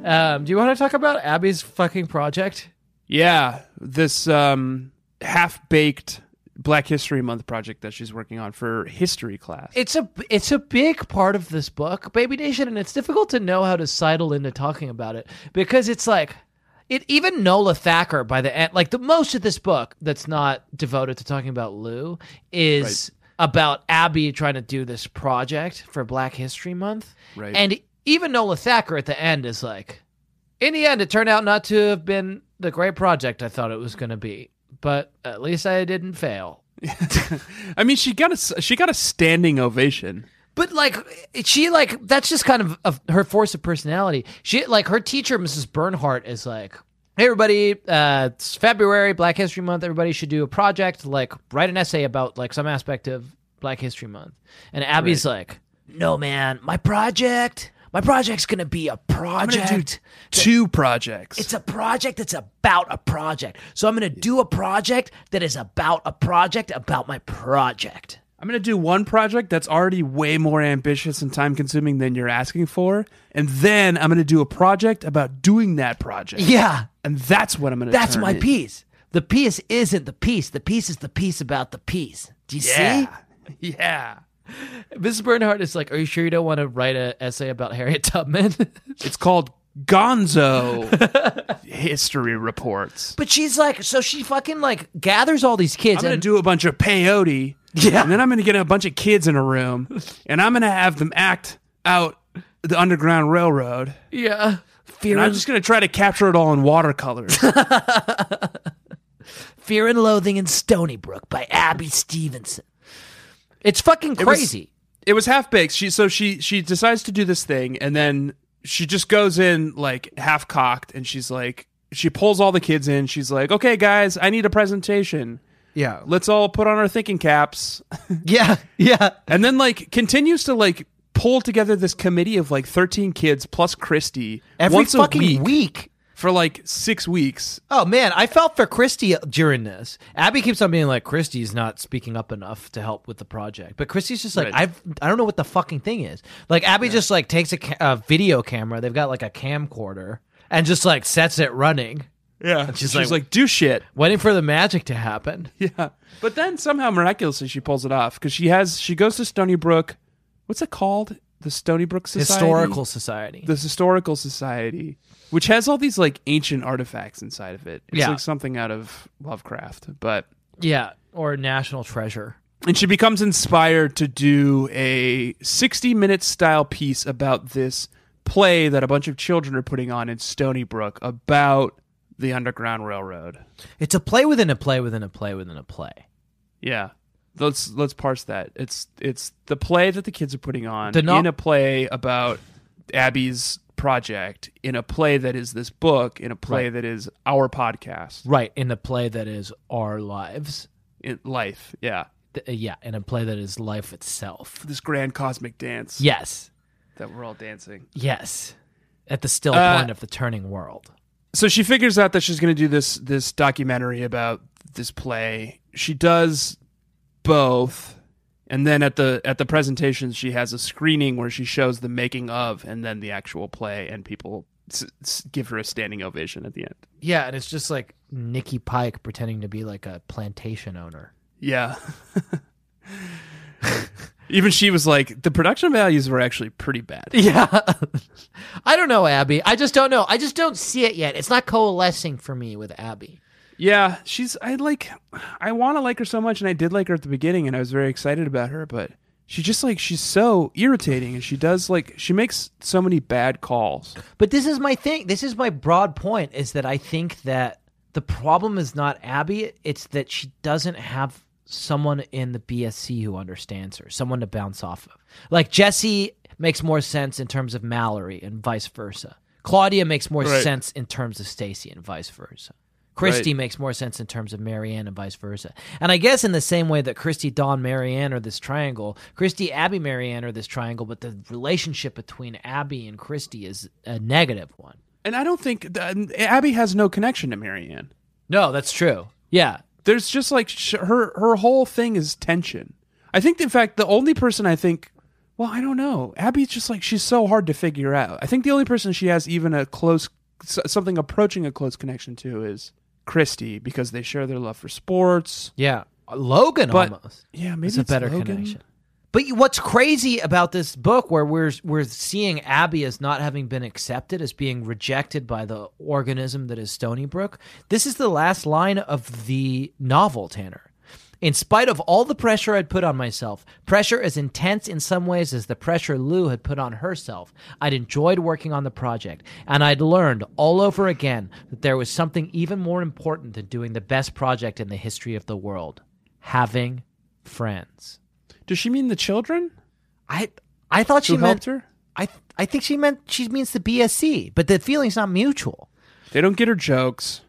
Um, do you want to talk about Abby's fucking project?
Yeah, this um, half baked Black History Month project that she's working on for history class.
It's a it's a big part of this book, Baby Nation, and it's difficult to know how to sidle into talking about it because it's like it even Nola Thacker by the end, like the most of this book that's not devoted to talking about Lou is about Abby trying to do this project for Black History Month,
Right.
and even Nola Thacker at the end is like, in the end, it turned out not to have been the great project I thought it was going to be, but at least I didn't fail.
I mean, she got a s- she got a standing ovation.
But like she like that's just kind of, of her force of personality. She like her teacher, Mrs. Bernhardt, is like, "Hey everybody, uh, it's February, Black History Month. Everybody should do a project, like write an essay about like some aspect of Black History Month." And Abby's like, "No man, my project, my project's gonna be a project.
Two projects.
It's a project that's about a project. So I'm gonna do a project that is about a project about my project."
I'm going to do one project that's already way more ambitious and time consuming than you're asking for. And then I'm going to do a project about doing that project.
Yeah,
And that's what I'm going to
That's my piece. The piece isn't the piece. The piece is the piece about the piece. Do you
Yeah. Yeah.
see? Mrs. Bernhardt is like, Are you sure you don't want to write an essay about Harriet Tubman?
It's called Gonzo History Reports.
but she's like, So she fucking like gathers all these kids
I'm going to
and
do a bunch of peyote.
Yeah.
And then I'm going to get a bunch of kids in a room and I'm going to have them act out the Underground Railroad.
yeah. Fear
And I'm
and,
just going to try to capture it all in watercolors.
Fear and Loathing in Stony Brook by Abby Stevenson. It's fucking
was-
crazy.
it was half baked. She so she she decides to do this thing, and then she just goes in like half cocked, and she's like, she pulls all the kids in. She's like, okay, guys, I need a presentation.
Yeah.
Let's all put on our thinking caps,
Yeah. Yeah.
and then like continues to like pull together this committee of like thirteen kids plus Christy
Every
once
fucking
a week,
week.
for like six weeks.
Oh man, I felt for Christy during this. Abby keeps on being like, Christy's not speaking up enough to help with the project, but Christy's just like,
Right.
I've, I don't know what the fucking thing is. Like Abby just like takes a, ca- a video camera. They've got like a camcorder and just like sets it running,
Yeah, she's,
like-
like, do shit.
waiting for the magic to happen.
Yeah, but then somehow miraculously she pulls it off because she has she goes to Stony Brook. What's it called? The Stony Brook Society.
Historical society.
this historical society, which has all these like ancient artifacts inside of it. It's
Yeah.
like something out of Lovecraft, but
yeah, or national treasure.
and she becomes inspired to do a 60 minute style piece about this play that a bunch of children are putting on in Stony Brook about the Underground Railroad.
It's a play within a play within a play within a play.
Yeah. Let's let's parse that. It's it's the play that the kids are putting on
The no-
in a play about Abby's project, in a play that is this book, in a play that is our podcast.
Right in the play that is our lives.
in life. Yeah.
th- yeah, in a play that is life itself.
this grand cosmic dance
Yes,
that we're all dancing.
yes, at the still
Uh,
point of the turning world.
So she figures out that she's going to do this this documentary about this play. She does both, and then at the at the presentation, she has a screening where she shows the making of, and then the actual play, and people s- s- give her a standing ovation at the end.
Yeah, and it's just like Nikki Pike pretending to be like a plantation owner.
Yeah. Even she was like, the production values were actually pretty bad.
Yeah. I don't know, Abby. I just don't know. I just don't see it yet. It's not coalescing for me with Abby.
Yeah, she's I like I want to like her so much and I did like her at the beginning and I was very excited about her, but she just like she's so irritating and she does like she makes so many bad calls.
But this is my thing. This is my broad point is that I think that the problem is not Abby, it's that she doesn't have someone in the BSC who understands her, someone to bounce off of. Like Jesse makes more sense in terms of Mallory and vice versa. Claudia makes more
Right.
sense in terms of Stacy and vice versa. Christy makes more sense in terms of Marianne and vice versa. And I guess in the same way that Christy, Dawn, Marianne are this triangle, Christy, Abby, Marianne are this triangle, but the relationship between Abby and Christy is a negative one.
And I don't think um, Abby has no connection to Marianne.
No, that's true. Yeah.
There's just like sh- her her whole thing is tension. I think in fact the only person I think well, I don't know. Abby's just like she's so hard to figure out. I think the only person she has even a close s- something approaching a close connection to is Christy because they share their love for sports.
Yeah. Logan
But-
almost.
Yeah, maybe
It's a better
Logan.
connection. But you- what's crazy about this book, where we're we're seeing Abby as not having been accepted, as being rejected by the organism that is Stony Brook. This is the last line of the novel, Tanner. In spite of all the pressure I'd put on myself, pressure as intense in some ways as the pressure Lou had put on herself, I'd enjoyed working on the project, and I'd learned all over again that there was something even more important than doing the best project in the history of the world having friends.
Does she mean the children
I I thought she
who helped
meant
her?
I I think she meant she means the BSC, but the feeling's not mutual.
They don't get her jokes.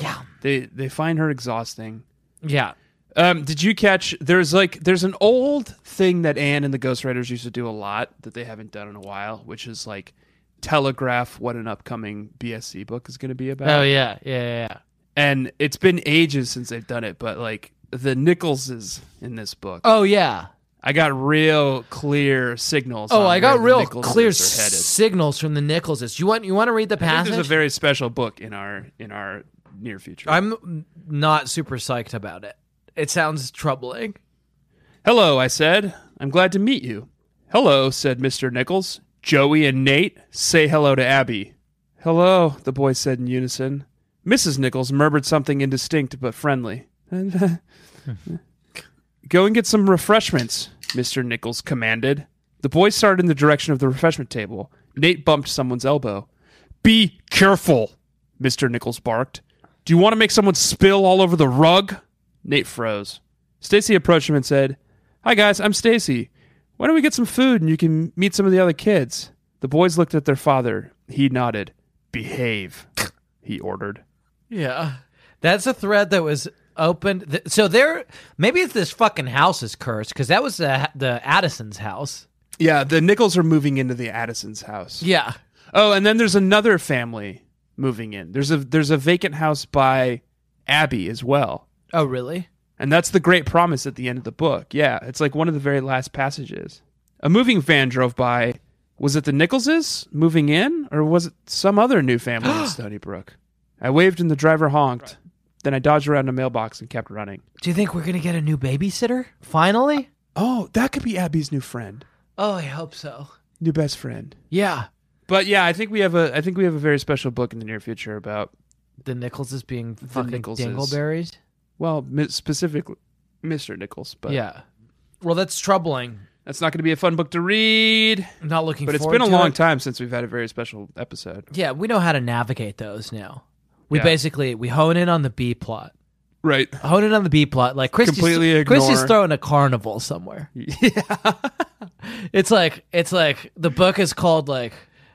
Yeah.
They they find her exhausting.
Yeah.
Um, did you catch? There's like there's an old thing that Anne and the Ghostwriters used to do a lot that they haven't done in a while, which is like telegraph what an upcoming BSC book is going to be about.
Oh yeah. Yeah. Yeah. yeah.
And it's been ages since they've done it, but like the Nicholses in this book,
Oh yeah.
I got real clear signals.
Oh,
on
I got
where the
real
Nicholses
clear
are headed.
signals from the Nicholses. You want you want to read the
I think
passage?
there's a very special book in our in our near future.
I'm not super psyched about it. It sounds troubling.
Hello, I said. I'm glad to meet you. Hello, said Mr. Nichols. Joey and Nate, say hello to Abby. Hello, the boys said in unison. Mrs. Nichols murmured something indistinct but friendly. Go and get some refreshments, Mr. Nichols commanded. The boys started in the direction of the refreshment table. Nate bumped someone's elbow. Be careful, Mr. Nichols barked. Do you want to make someone spill all over the rug? Nate froze. Stacy approached him and said, "Hi guys, I'm Stacy. Why don't we get some food and you can meet some of the other kids?" The boys looked at their father. He nodded. "Behave," he ordered.
Yeah. That's a thread that was opened. Th- so there, maybe it's this fucking house is cursed because that was the the Addison's house.
Yeah, the Nichols are moving into the Addisons' house.
Yeah.
Oh, and then there's another family moving in. There's a there's a vacant house by Abby as well.
Oh, really?
And that's the great promise at the end of the book. Yeah, it's like one of the very last passages. A moving van drove by. Was it the Nicholses moving in, or was it some other new family in Stony Brook? I waved and the driver honked. Then I dodged around a mailbox and kept running.
Do you think we're gonna get a new babysitter finally?
Oh, that could be Abby's new friend,
Oh, I hope so.
new best friend.
Yeah.
But yeah, I think we have a I think we have a very special book in the near future about
The Nichols is being fucking
Nicholses.
dingleberries.
well, mi- specifically Mr. Nichols, but
yeah. Well, that's troubling.
that's not going to be a fun book to read.
I'm not looking
But it's
forward
been a
to
long
it.
time since we've had a very special episode.
Yeah, we know how to navigate those now. We
Yeah.
basically we hone in on the B plot.
Right.
Hone in on the B plot. Like Christy's,
Completely
Christy's
ignore-
throwing a carnival somewhere.
Yeah.
It's like it's like the book is called like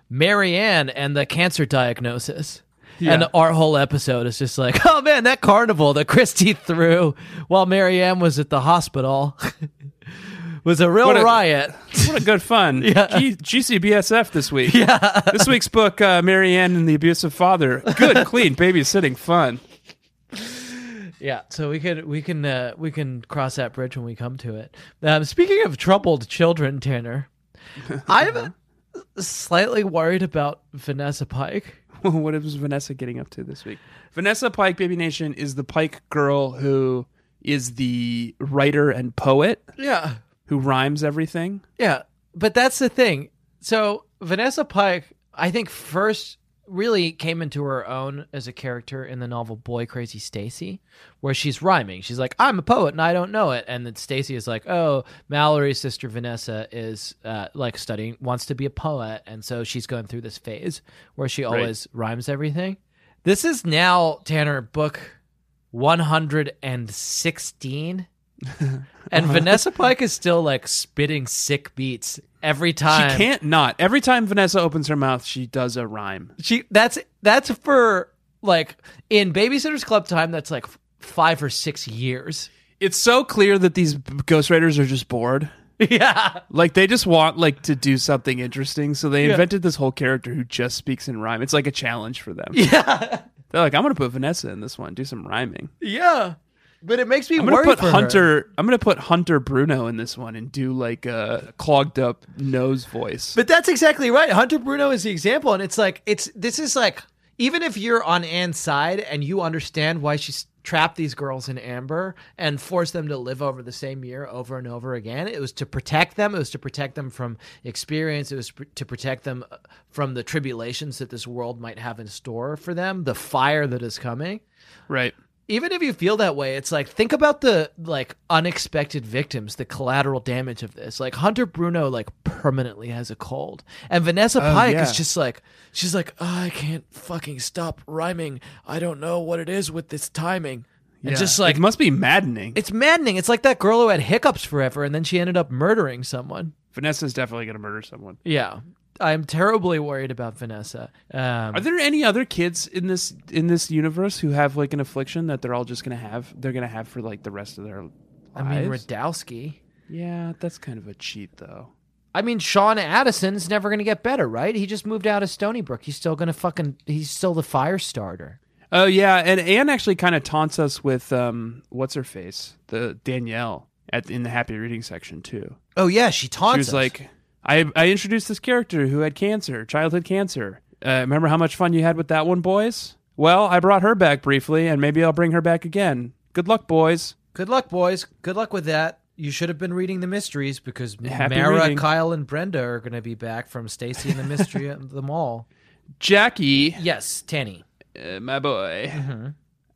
Marianne and the cancer diagnosis.
And our whole episode is just like, oh man, that carnival that Christy threw while Marianne was at the hospital was a real
What a-
riot.
What a good fun. G- GCBSF this week. Yeah. This week's book, uh, Marianne and the Abusive Father. Good, clean, babysitting fun.
Yeah, so we could we can uh, we can cross that bridge when we come to it. Um, speaking of troubled children, Tanner, I'm slightly worried about Vanessa Pike.
what is Vanessa getting up to this week? Vanessa Pike, Baby Nation, is the Pike girl who is the writer and poet
Yeah,
who rhymes everything.
yeah, but that's the thing. So Vanessa Pike, I think first really came into her own as a character in the novel Boy Crazy Stacy, where she's rhyming. She's like, "I'm a poet and I don't know it," and then Stacy is like, "Oh, Mallory's sister Vanessa is uh, like studying, wants to be a poet, and so she's going through this phase where she always rhymes everything." This is now Tanner book one hundred and sixteen. And Vanessa Pike is still like spitting sick beats every time.
She can't not. Every time Vanessa opens her mouth, she does a rhyme.
She that's that's for like in Babysitters Club time. That's like f- five or six years.
It's so clear that these b- ghostwriters are just bored.
yeah,
Like they just want like to do something interesting, so they invented this whole character who just speaks in rhyme. It's like a challenge for them.
yeah,
They're like, I'm gonna put Vanessa in this one, do some rhyming.
yeah. But it makes me
I'm gonna
worry
put
for her.
Hunter. I'm gonna put Hunter Bruno in this one and do like a clogged up nose voice.
But that's exactly right. Hunter Bruno is the example, and it's like it's this is like even if you're on Anne's side and you understand why she's trapped these girls in amber and forced them to live over the same year over and over again, it was to protect them. It was to protect them from experience. It was pr- to protect them uh, from the tribulations that this world might have in store for them. The fire that is coming
right.
even if you feel that way, it's like think about the like unexpected victims, the collateral damage of this. Like Hunter Bruno like permanently has a cold. And Vanessa Pike
Oh, yeah.
is just like she's like, "Oh, I can't fucking stop rhyming. I don't know what it is with this timing.
Yeah.
And just like
it must be maddening.
it's maddening. It's like that girl who had hiccups forever and then she ended up murdering someone.
Vanessa's definitely gonna murder someone.
Yeah. I'm terribly worried about Vanessa. Um,
Are there any other kids in this in this universe who have like an affliction that they're all just gonna have? They're gonna have for like the rest of their lives.
I mean Radowski.
yeah, that's kind of a cheat though.
I mean, Sean Addison's never gonna get better, right? He just moved out of Stony Brook. He's still gonna fucking. He's still the fire starter.
Oh yeah, and Anne actually kind of taunts us with um, what's her face, the Danielle at in the happy reading section too.
Oh yeah, she taunts
She was
us.
like, I, I introduced this character who had cancer, childhood cancer. Uh, remember how much fun you had with that one, boys? Well, I brought her back briefly, and maybe I'll bring her back again. Good luck, boys.
Good luck, boys. Good luck with that. You should have been reading the mysteries because
Happy
Mara,
reading.
Kyle, and Brenda are going to be back from Stacy and the Mystery at the Mall.
Jackie,
Yes, Tanny.
uh, my boy,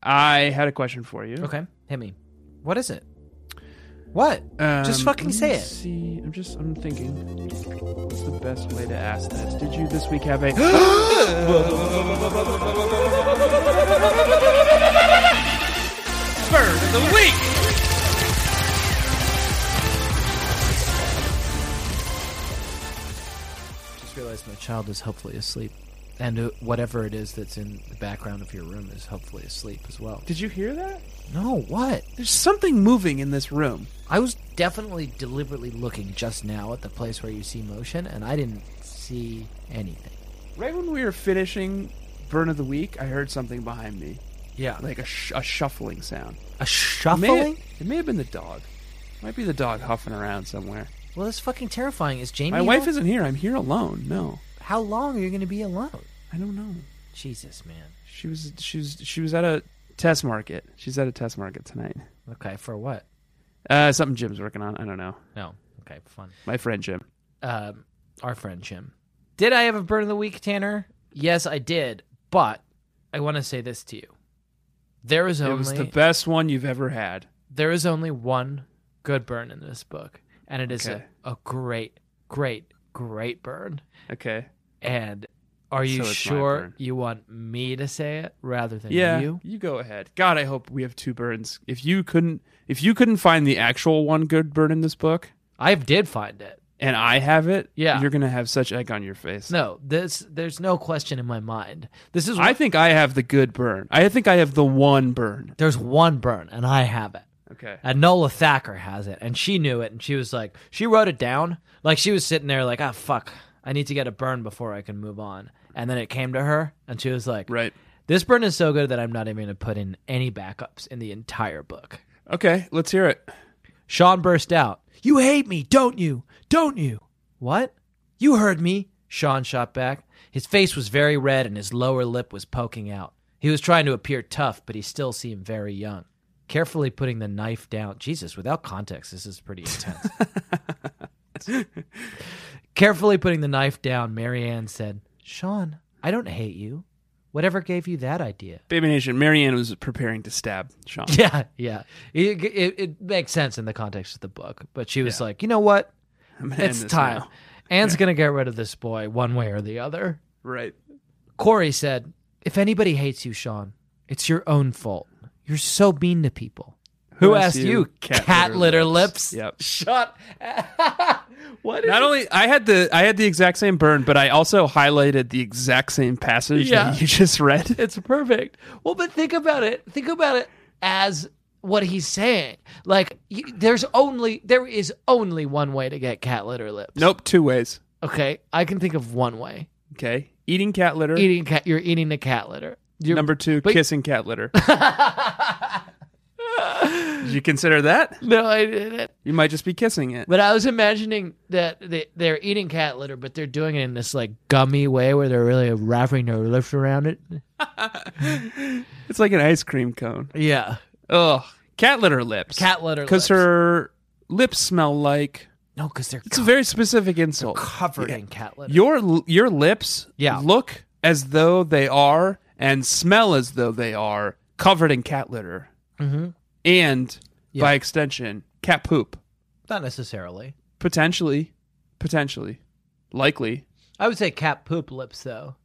I had a question for you.
Mm-hmm. Okay, hit me. What is it? What? Just fucking
Um, let
say
me
it.
See, I'm just I'm thinking. What's the best way to ask this? Did you this week have a? Bird of the week.
Just realized my child is hopefully asleep, and uh, whatever it is that's in the background of your room is hopefully asleep as well.
Did you hear that?
No, what?
There's something moving in this room.
I was definitely deliberately looking just now at the place where you see motion, and I didn't see anything.
Right when we were finishing Burn of the Week, I heard something behind me,
Yeah,
like a, sh- a shuffling sound.
a
It may-
shuffling.
It may have been the dog. Might be the dog huffing around somewhere.
Well, that's fucking terrifying. Is Jamie?
My wife isn't here. I'm here alone. No,
How long are you going to be alone?
I don't know.
Jesus, man.
She was she was she was at a test market. She's at a test market tonight.
Okay, for what?
Uh, something Jim's working on. I don't know.
No. Okay, fun.
My friend Jim.
um, our friend Jim. Did I have a burn of the week, Tanner? Yes, I did. But I want to say this to you: there is
It
only
was the best one you've ever had.
there is only one good burn in this book, and it is
Okay.
a, a great, great, great burn.
Okay.
And are you
So it's my
sure
burn.
you want me to say it rather than
yeah,
you?
go ahead. God, I hope we have two burns. If you couldn't, if you couldn't find the actual one good burn in this book,
I did find it.
and I have it,
Yeah.
you're gonna have such egg on your face.
No, this there's no question in my mind. This is
I think I have the good burn. I think I have the one burn.
There's one burn, and I have it.
Okay.
And Nola Thacker has it, and she knew it, and she was like, she wrote it down. Like she was sitting there, like, ah, fuck, I need to get a burn before I can move on. And then it came to her, and she was like,
Right.
This burn is so good that I'm not even going to put in any backups in the entire book.
Okay, let's hear it.
Sean burst out. You hate me, don't you? Don't you? What? You heard me, Sean shot back. His face was very red and his lower lip was poking out. He was trying to appear tough, but he still seemed very young. Carefully putting the knife down. Jesus, without context, this is pretty intense. Carefully putting the knife down, Marianne said, Sean, I don't hate you. Whatever gave you that idea?
Baby Nation, Marianne was preparing to stab Sean.
Yeah, yeah. It, it, it makes sense in the context of the book. But she was like, you know what?
I'm gonna end
It's
this
time.
now.
Anne's going to get rid of this boy one way or the other.
Right.
Corey said, if anybody hates you, Sean, it's your own fault. You're so mean to people. Who, asked you? Cat, litter, lips.
Yep.
Shut. what? Is
Not only I had the I had the exact same burn, but I also highlighted the exact same passage
Yeah.
that you just read.
It's perfect. Well, but think about it. Think about it as what he's saying. Like, y there's only there is only one way to get cat litter lips.
Nope, two ways.
Okay, I can think of one way.
Okay. Eating cat litter.
Eating cat. You're eating the cat litter. You're,
Number two,
but-
kissing cat litter. Did you consider that?
No, I didn't.
You might just be kissing it.
But I was imagining that they, they're eating cat litter, but they're doing it in this like gummy way where they're really wrapping their lips around it.
It's like an ice cream cone.
Yeah.
Ugh. Cat litter lips.
Cat litter.
Because
lips.
her lips smell like
no, because they're
it's a very specific insult.
covered in cat litter.
Your your lips
Yeah.
look as though they are and smell as though they are covered in cat litter.
Mm-hmm.
And
Yeah.
by extension, cat poop.
Not necessarily.
Potentially. Potentially. Likely.
I would say cat poop lips though,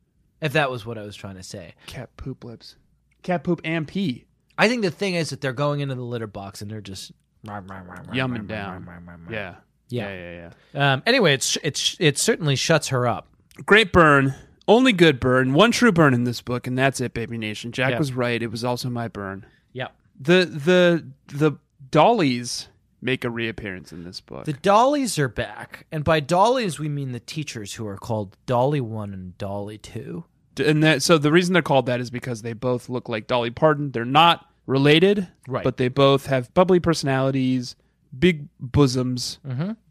if that was what I was trying to say.
Cat poop lips. Cat poop and pee.
I think the thing is that they're going into the litter box and they're just
Yumming down. Yeah.
Yeah.
Yeah, yeah, yeah.
Um, anyway, it's it's it certainly shuts her up.
Great burn. Only good burn. One true burn in this book, and that's it, Baby Nation. Jack
Yeah.
was right. It was also my burn.
Yep.
The the the dollies make a reappearance in this book.
The dollies are back, and by dollies we mean the teachers who are called Dolly One and Dolly Two.
D- and that, so the reason they're called that is because they both look like Dolly Parton. They're not related,
Right.
But they both have bubbly personalities, big bosoms,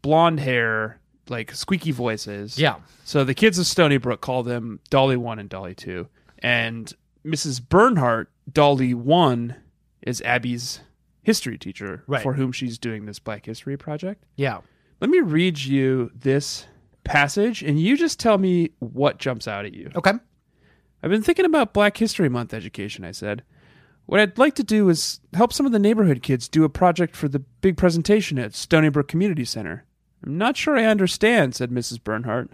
blonde hair, like squeaky voices.
Mm-hmm. Yeah.
So the kids of Stony Brook call them Dolly One and Dolly Two, and Mrs. Bernhardt, Dolly One, is Abby's history teacher,
Right.
for whom she's doing this Black History project.
Yeah.
Let me read you this passage, and you just tell me what jumps out at you.
Okay.
I've been thinking about Black History Month education, I said. What I'd like to do is help some of the neighborhood kids do a project for the big presentation at Stony Brook Community Center. I'm not sure I understand, said Mrs. Bernhardt.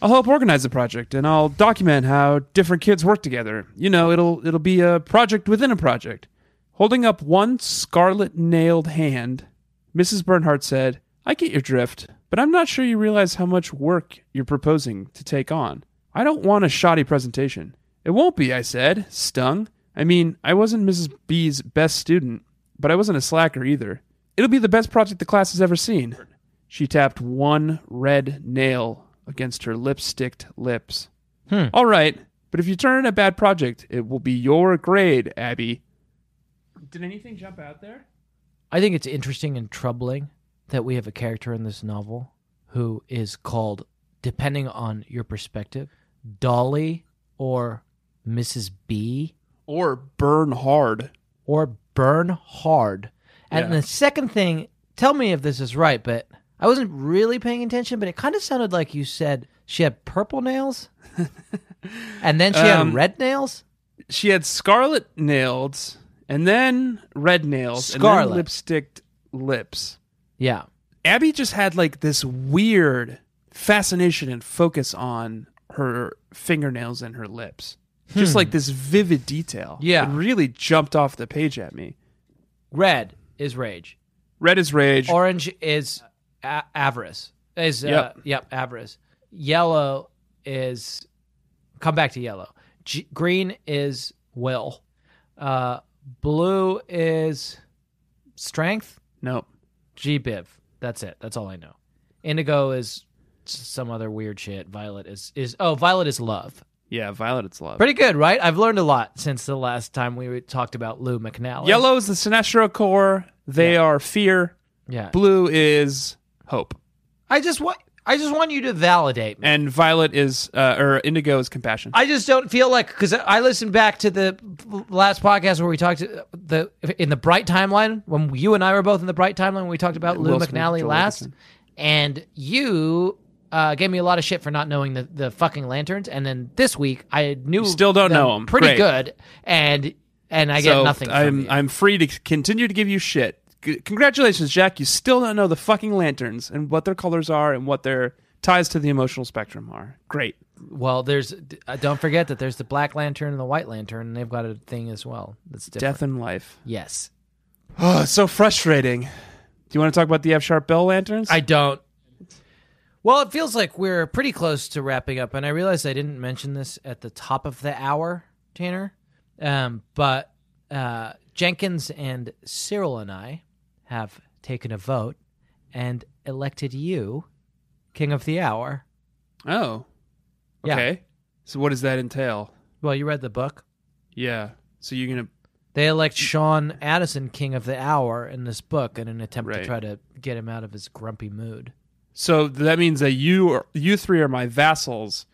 I'll help organize the project and I'll document how different kids work together. You know, it'll it'll be a project within a project. Holding up one scarlet nailed hand, Mrs. Bernhardt said, I get your drift, but I'm not sure you realize how much work you're proposing to take on. I don't want a shoddy presentation. It won't be, I said, stung. I mean, I wasn't Mrs. B's best student, but I wasn't a slacker either. It'll be the best project the class has ever seen. She tapped one red nail against her lipsticked lips. All right, but if you turn in a bad project, it will be your grade, Abby. Did anything jump out there?
I think it's interesting and troubling that we have a character in this novel who is called, depending on your perspective, Dolly or Mrs. B
Or burn hard.
or Burn Hard. And
Yeah.
the second thing, tell me if this is right, but I wasn't really paying attention, but it kind of sounded like you said she had purple nails and then she
Um,
had red nails.
She had scarlet nails and then red nails and then
Scarlet.
lipsticked lips.
Yeah.
Abby just had like this weird fascination and focus on her fingernails and her lips. Just like this vivid detail.
Yeah.
It really jumped off the page at me.
Red is rage,
Red is rage.
orange is a- avarice.
Is uh, yep.
Yep.
Avarice. Yellow is come back to yellow. G- green is will. Uh, blue is strength.
No.
G biv. That's it. That's all I know. Indigo is s- some other weird shit. Violet is is oh violet is love.
Yeah, violet. It's love.
Pretty good, right? I've learned a lot since the last time we talked about Lou McNally.
Yellow is the Sinestro core. They are fear.
Yeah.
Blue is hope,
I just want I just want you to validate me.
and violet is uh, or indigo is compassion.
I just don't feel like because I listened back to the last podcast where we talked to the
in the bright timeline when you and I were both in the bright timeline when we talked about Lou
Will Smith,
McNally
Joel
last,
Edgerton.
and you uh, gave me a lot of shit for not knowing the, the fucking lanterns, and then this week I knew
still don't know 'em.
pretty
Great.
good, and and I
so
get nothing.
I'm
from you.
I'm free to continue to give you shit. C- congratulations, Jack. You still don't know the fucking lanterns and what their colors are and what their ties to the emotional spectrum are. Great.
well, there's uh, don't forget that there's the Black Lantern and the White Lantern, and they've got a thing as well that's different.
Death and life.
Yes,
Oh, it's so frustrating. Do you want to talk about the F sharp bell lanterns?
I don't. Well, it feels like we're pretty close to wrapping up, and I realized I didn't mention this at the top of the hour, Tanner. Um, but uh, Jenkins and Cyril and I have taken a vote and elected you king of the hour.
oh.
Yeah.
Okay. So what does that entail?
Well, you read the book.
Yeah. So you're gonna
They elect Sean Addison king of the hour in this book in an attempt to
Right.
try to get him out of his grumpy mood.
So that means that you are, you three are my vassals,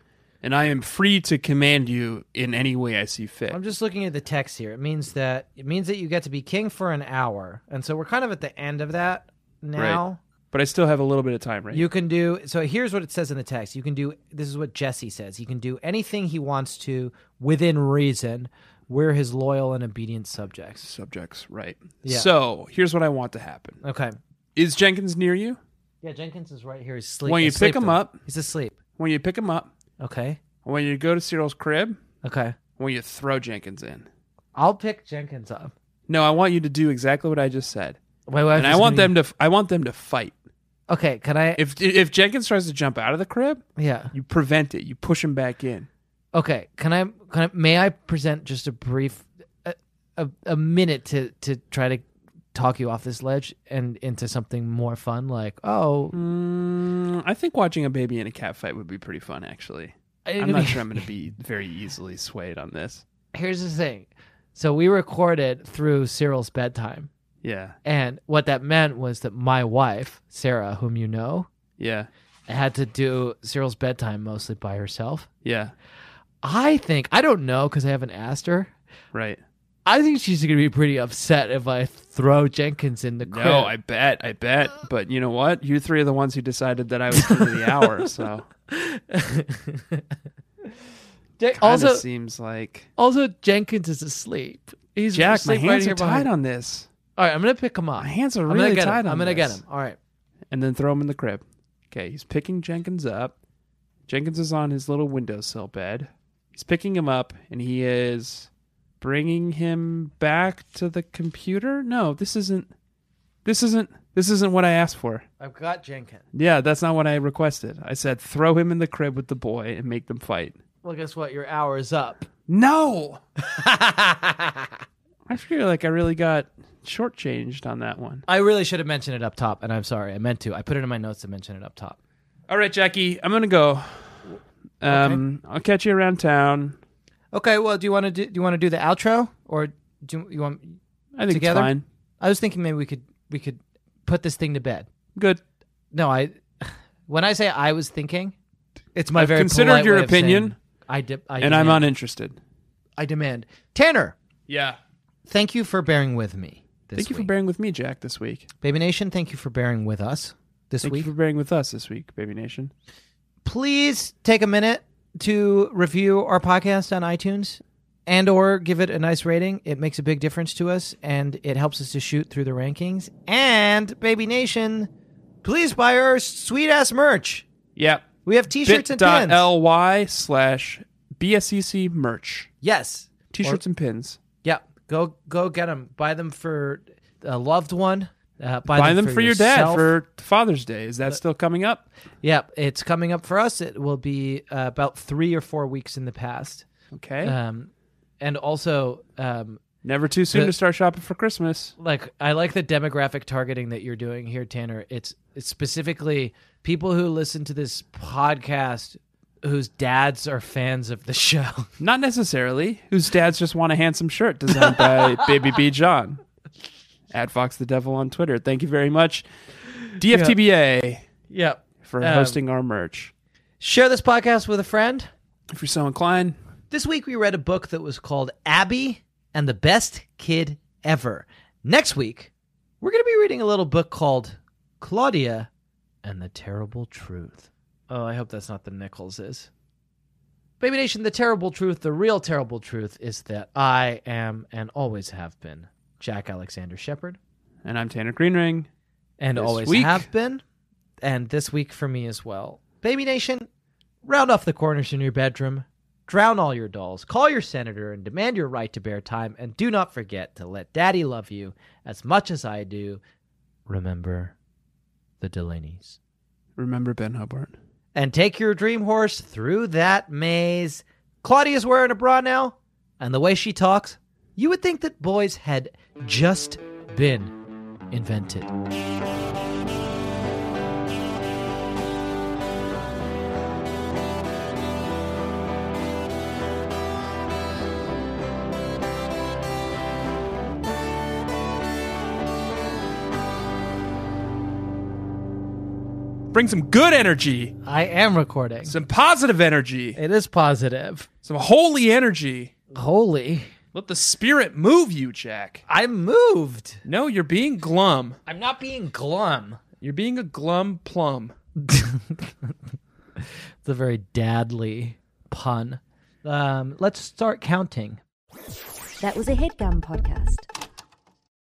and I am free to command you in any way I see fit.
I'm just looking at the text here. It means that it means that you get to be king for an hour, and so we're kind of at the end of that now.
but I still have a little bit of time, right?
You can do so. Here's what it says in the text. You can do this is what Jesse says. He can do anything he wants to within reason. We're his loyal and obedient subjects.
subjects, right?
Yeah.
So here's what I want to happen:
Okay.
Is Jenkins near you?
Yeah, Jenkins is right here. He's sleep- asleep.
Well, you pick him
though.
up.
He's asleep.
When you pick him up,
Okay.
when you go to Cyril's crib,
Okay.
when you throw Jenkins in.
I'll pick Jenkins up.
No, I want you to do exactly what I just said,
My wife
and I
is
want
gonna
them to. f- I want them to fight.
be- Okay. Can I?
If if Jenkins tries to jump out of the crib,
yeah.
you prevent it. You push him back in.
Okay, can I can I may I present just a brief a, a, a minute to to try to talk you off this ledge and into something more fun like oh
Mm, I think watching a baby in a cat fight would be pretty fun, actually. I'm not sure I'm going to be very easily swayed on this.
here's the thing. So we recorded through Cyril's bedtime
Yeah,
and what that meant was that my wife, Sarah, whom you know,
yeah,
had to do Cyril's bedtime mostly by herself.
yeah.
I think I don't know cuz I haven't asked her.
Right.
I think she's going to be pretty upset if I throw Jenkins in the crib.
No, I bet, I bet. But you know what? You three are the ones who decided that I was king of the hour. So
Je-
also
also,
seems like
also Jenkins is asleep. He's
Jack. My
asleep right
hands
here
are tied
behind.
on this,
All right, I'm gonna pick him up.
My hands are
I'm
really
gonna get
tied
him.
on
I'm gonna get
this.
him. All right.
and then throw him in the crib. Okay, he's picking Jenkins up. Jenkins is on his little windowsill bed. He's picking him up, and he is bringing him back to the computer. No, this isn't. This isn't. This isn't what I asked for.
I've got Jenkins.
Yeah, that's not what I requested. I said throw him in the crib with the boy and make them fight.
Well, guess what? Your hour is up.
No. I feel like I really got shortchanged on that one.
I really should have mentioned it up top, and I'm sorry. I meant to. I put it in my notes to mention it up top.
All right, Jackie, I'm gonna go. Um, I'll catch you around town.
Okay, well, do you want to do, do you want to do the outro or do you want
I think
Together?
it's fine.
I was thinking maybe we could we could put this thing to bed.
Good.
No, I when I say I was thinking, it's my
I've
very
considered
polite
your
way of
opinion,
saying I, de- I
and I'm uninterested.
I demand Tanner.
Yeah.
Thank you for bearing with me this
Thank you for
week.
bearing with me, Jack, this week.
Baby Nation. Thank you for bearing with us this
Thank
week.
you for bearing with us this week, Baby Nation.
Please take a minute to review our podcast on iTunes and or give it a nice rating. It makes a big difference to us and it helps us to shoot through the rankings. And Baby Nation, please buy our sweet ass merch.
Yep.
We have t-shirts and pins.
Bit.ly slash BSCC merch.
Yes.
T shirts and pins.
Yeah. Go go get them. Buy them for a loved one. Uh,
Buy, them, for, your dad
yourself.
for Father's Day. Is that still coming up?
Yep, it's coming up for us. It will be uh, about three or four weeks in the past.
Okay.
Um, and also, um,
Never too soon
the-
to start shopping for Christmas.
like I like the demographic targeting that you're doing here, Tanner. It's, it's specifically people who listen to this podcast whose dads are fans of the show.
Not necessarily. Whose dads just want a handsome shirt designed by Baby B. John. At Fox the Devil on Twitter. Thank you very much, DFTBA,
yep.
for
Um,
hosting our merch.
Share this podcast with a friend.
If you're so inclined,
This week we read a book that was called Abby and the Best Kid Ever. Next week, we're going to be reading a little book called Claudia and the Terrible Truth.
Oh, I hope that's not the Nichols is. Baby Nation, the terrible truth, the real terrible truth is that I am and always have been Jack Alexander Shepard.
and I'm Tanner Greenring.
and
This
always
week.
have been, and this week for me as well. Baby Nation, round off the corners in your bedroom, drown all your dolls, call your senator, and demand your right to bear time. And do not forget to let daddy love you as much as I do. Remember the Delaney's.
Remember Ben Hubbard.
And take your dream horse through that maze. Claudia's wearing a bra now, and the way she talks, you would think that boys had just been invented.
Bring some good energy,
I am recording.
some positive energy,
It is positive.
some holy energy.
Holy.
Let the spirit move you, Jack.
I'm moved.
No, you're being glum.
I'm not being glum.
You're being a glum plum.
It's a very dadly pun. Um, let's start counting.
That was a headgum podcast.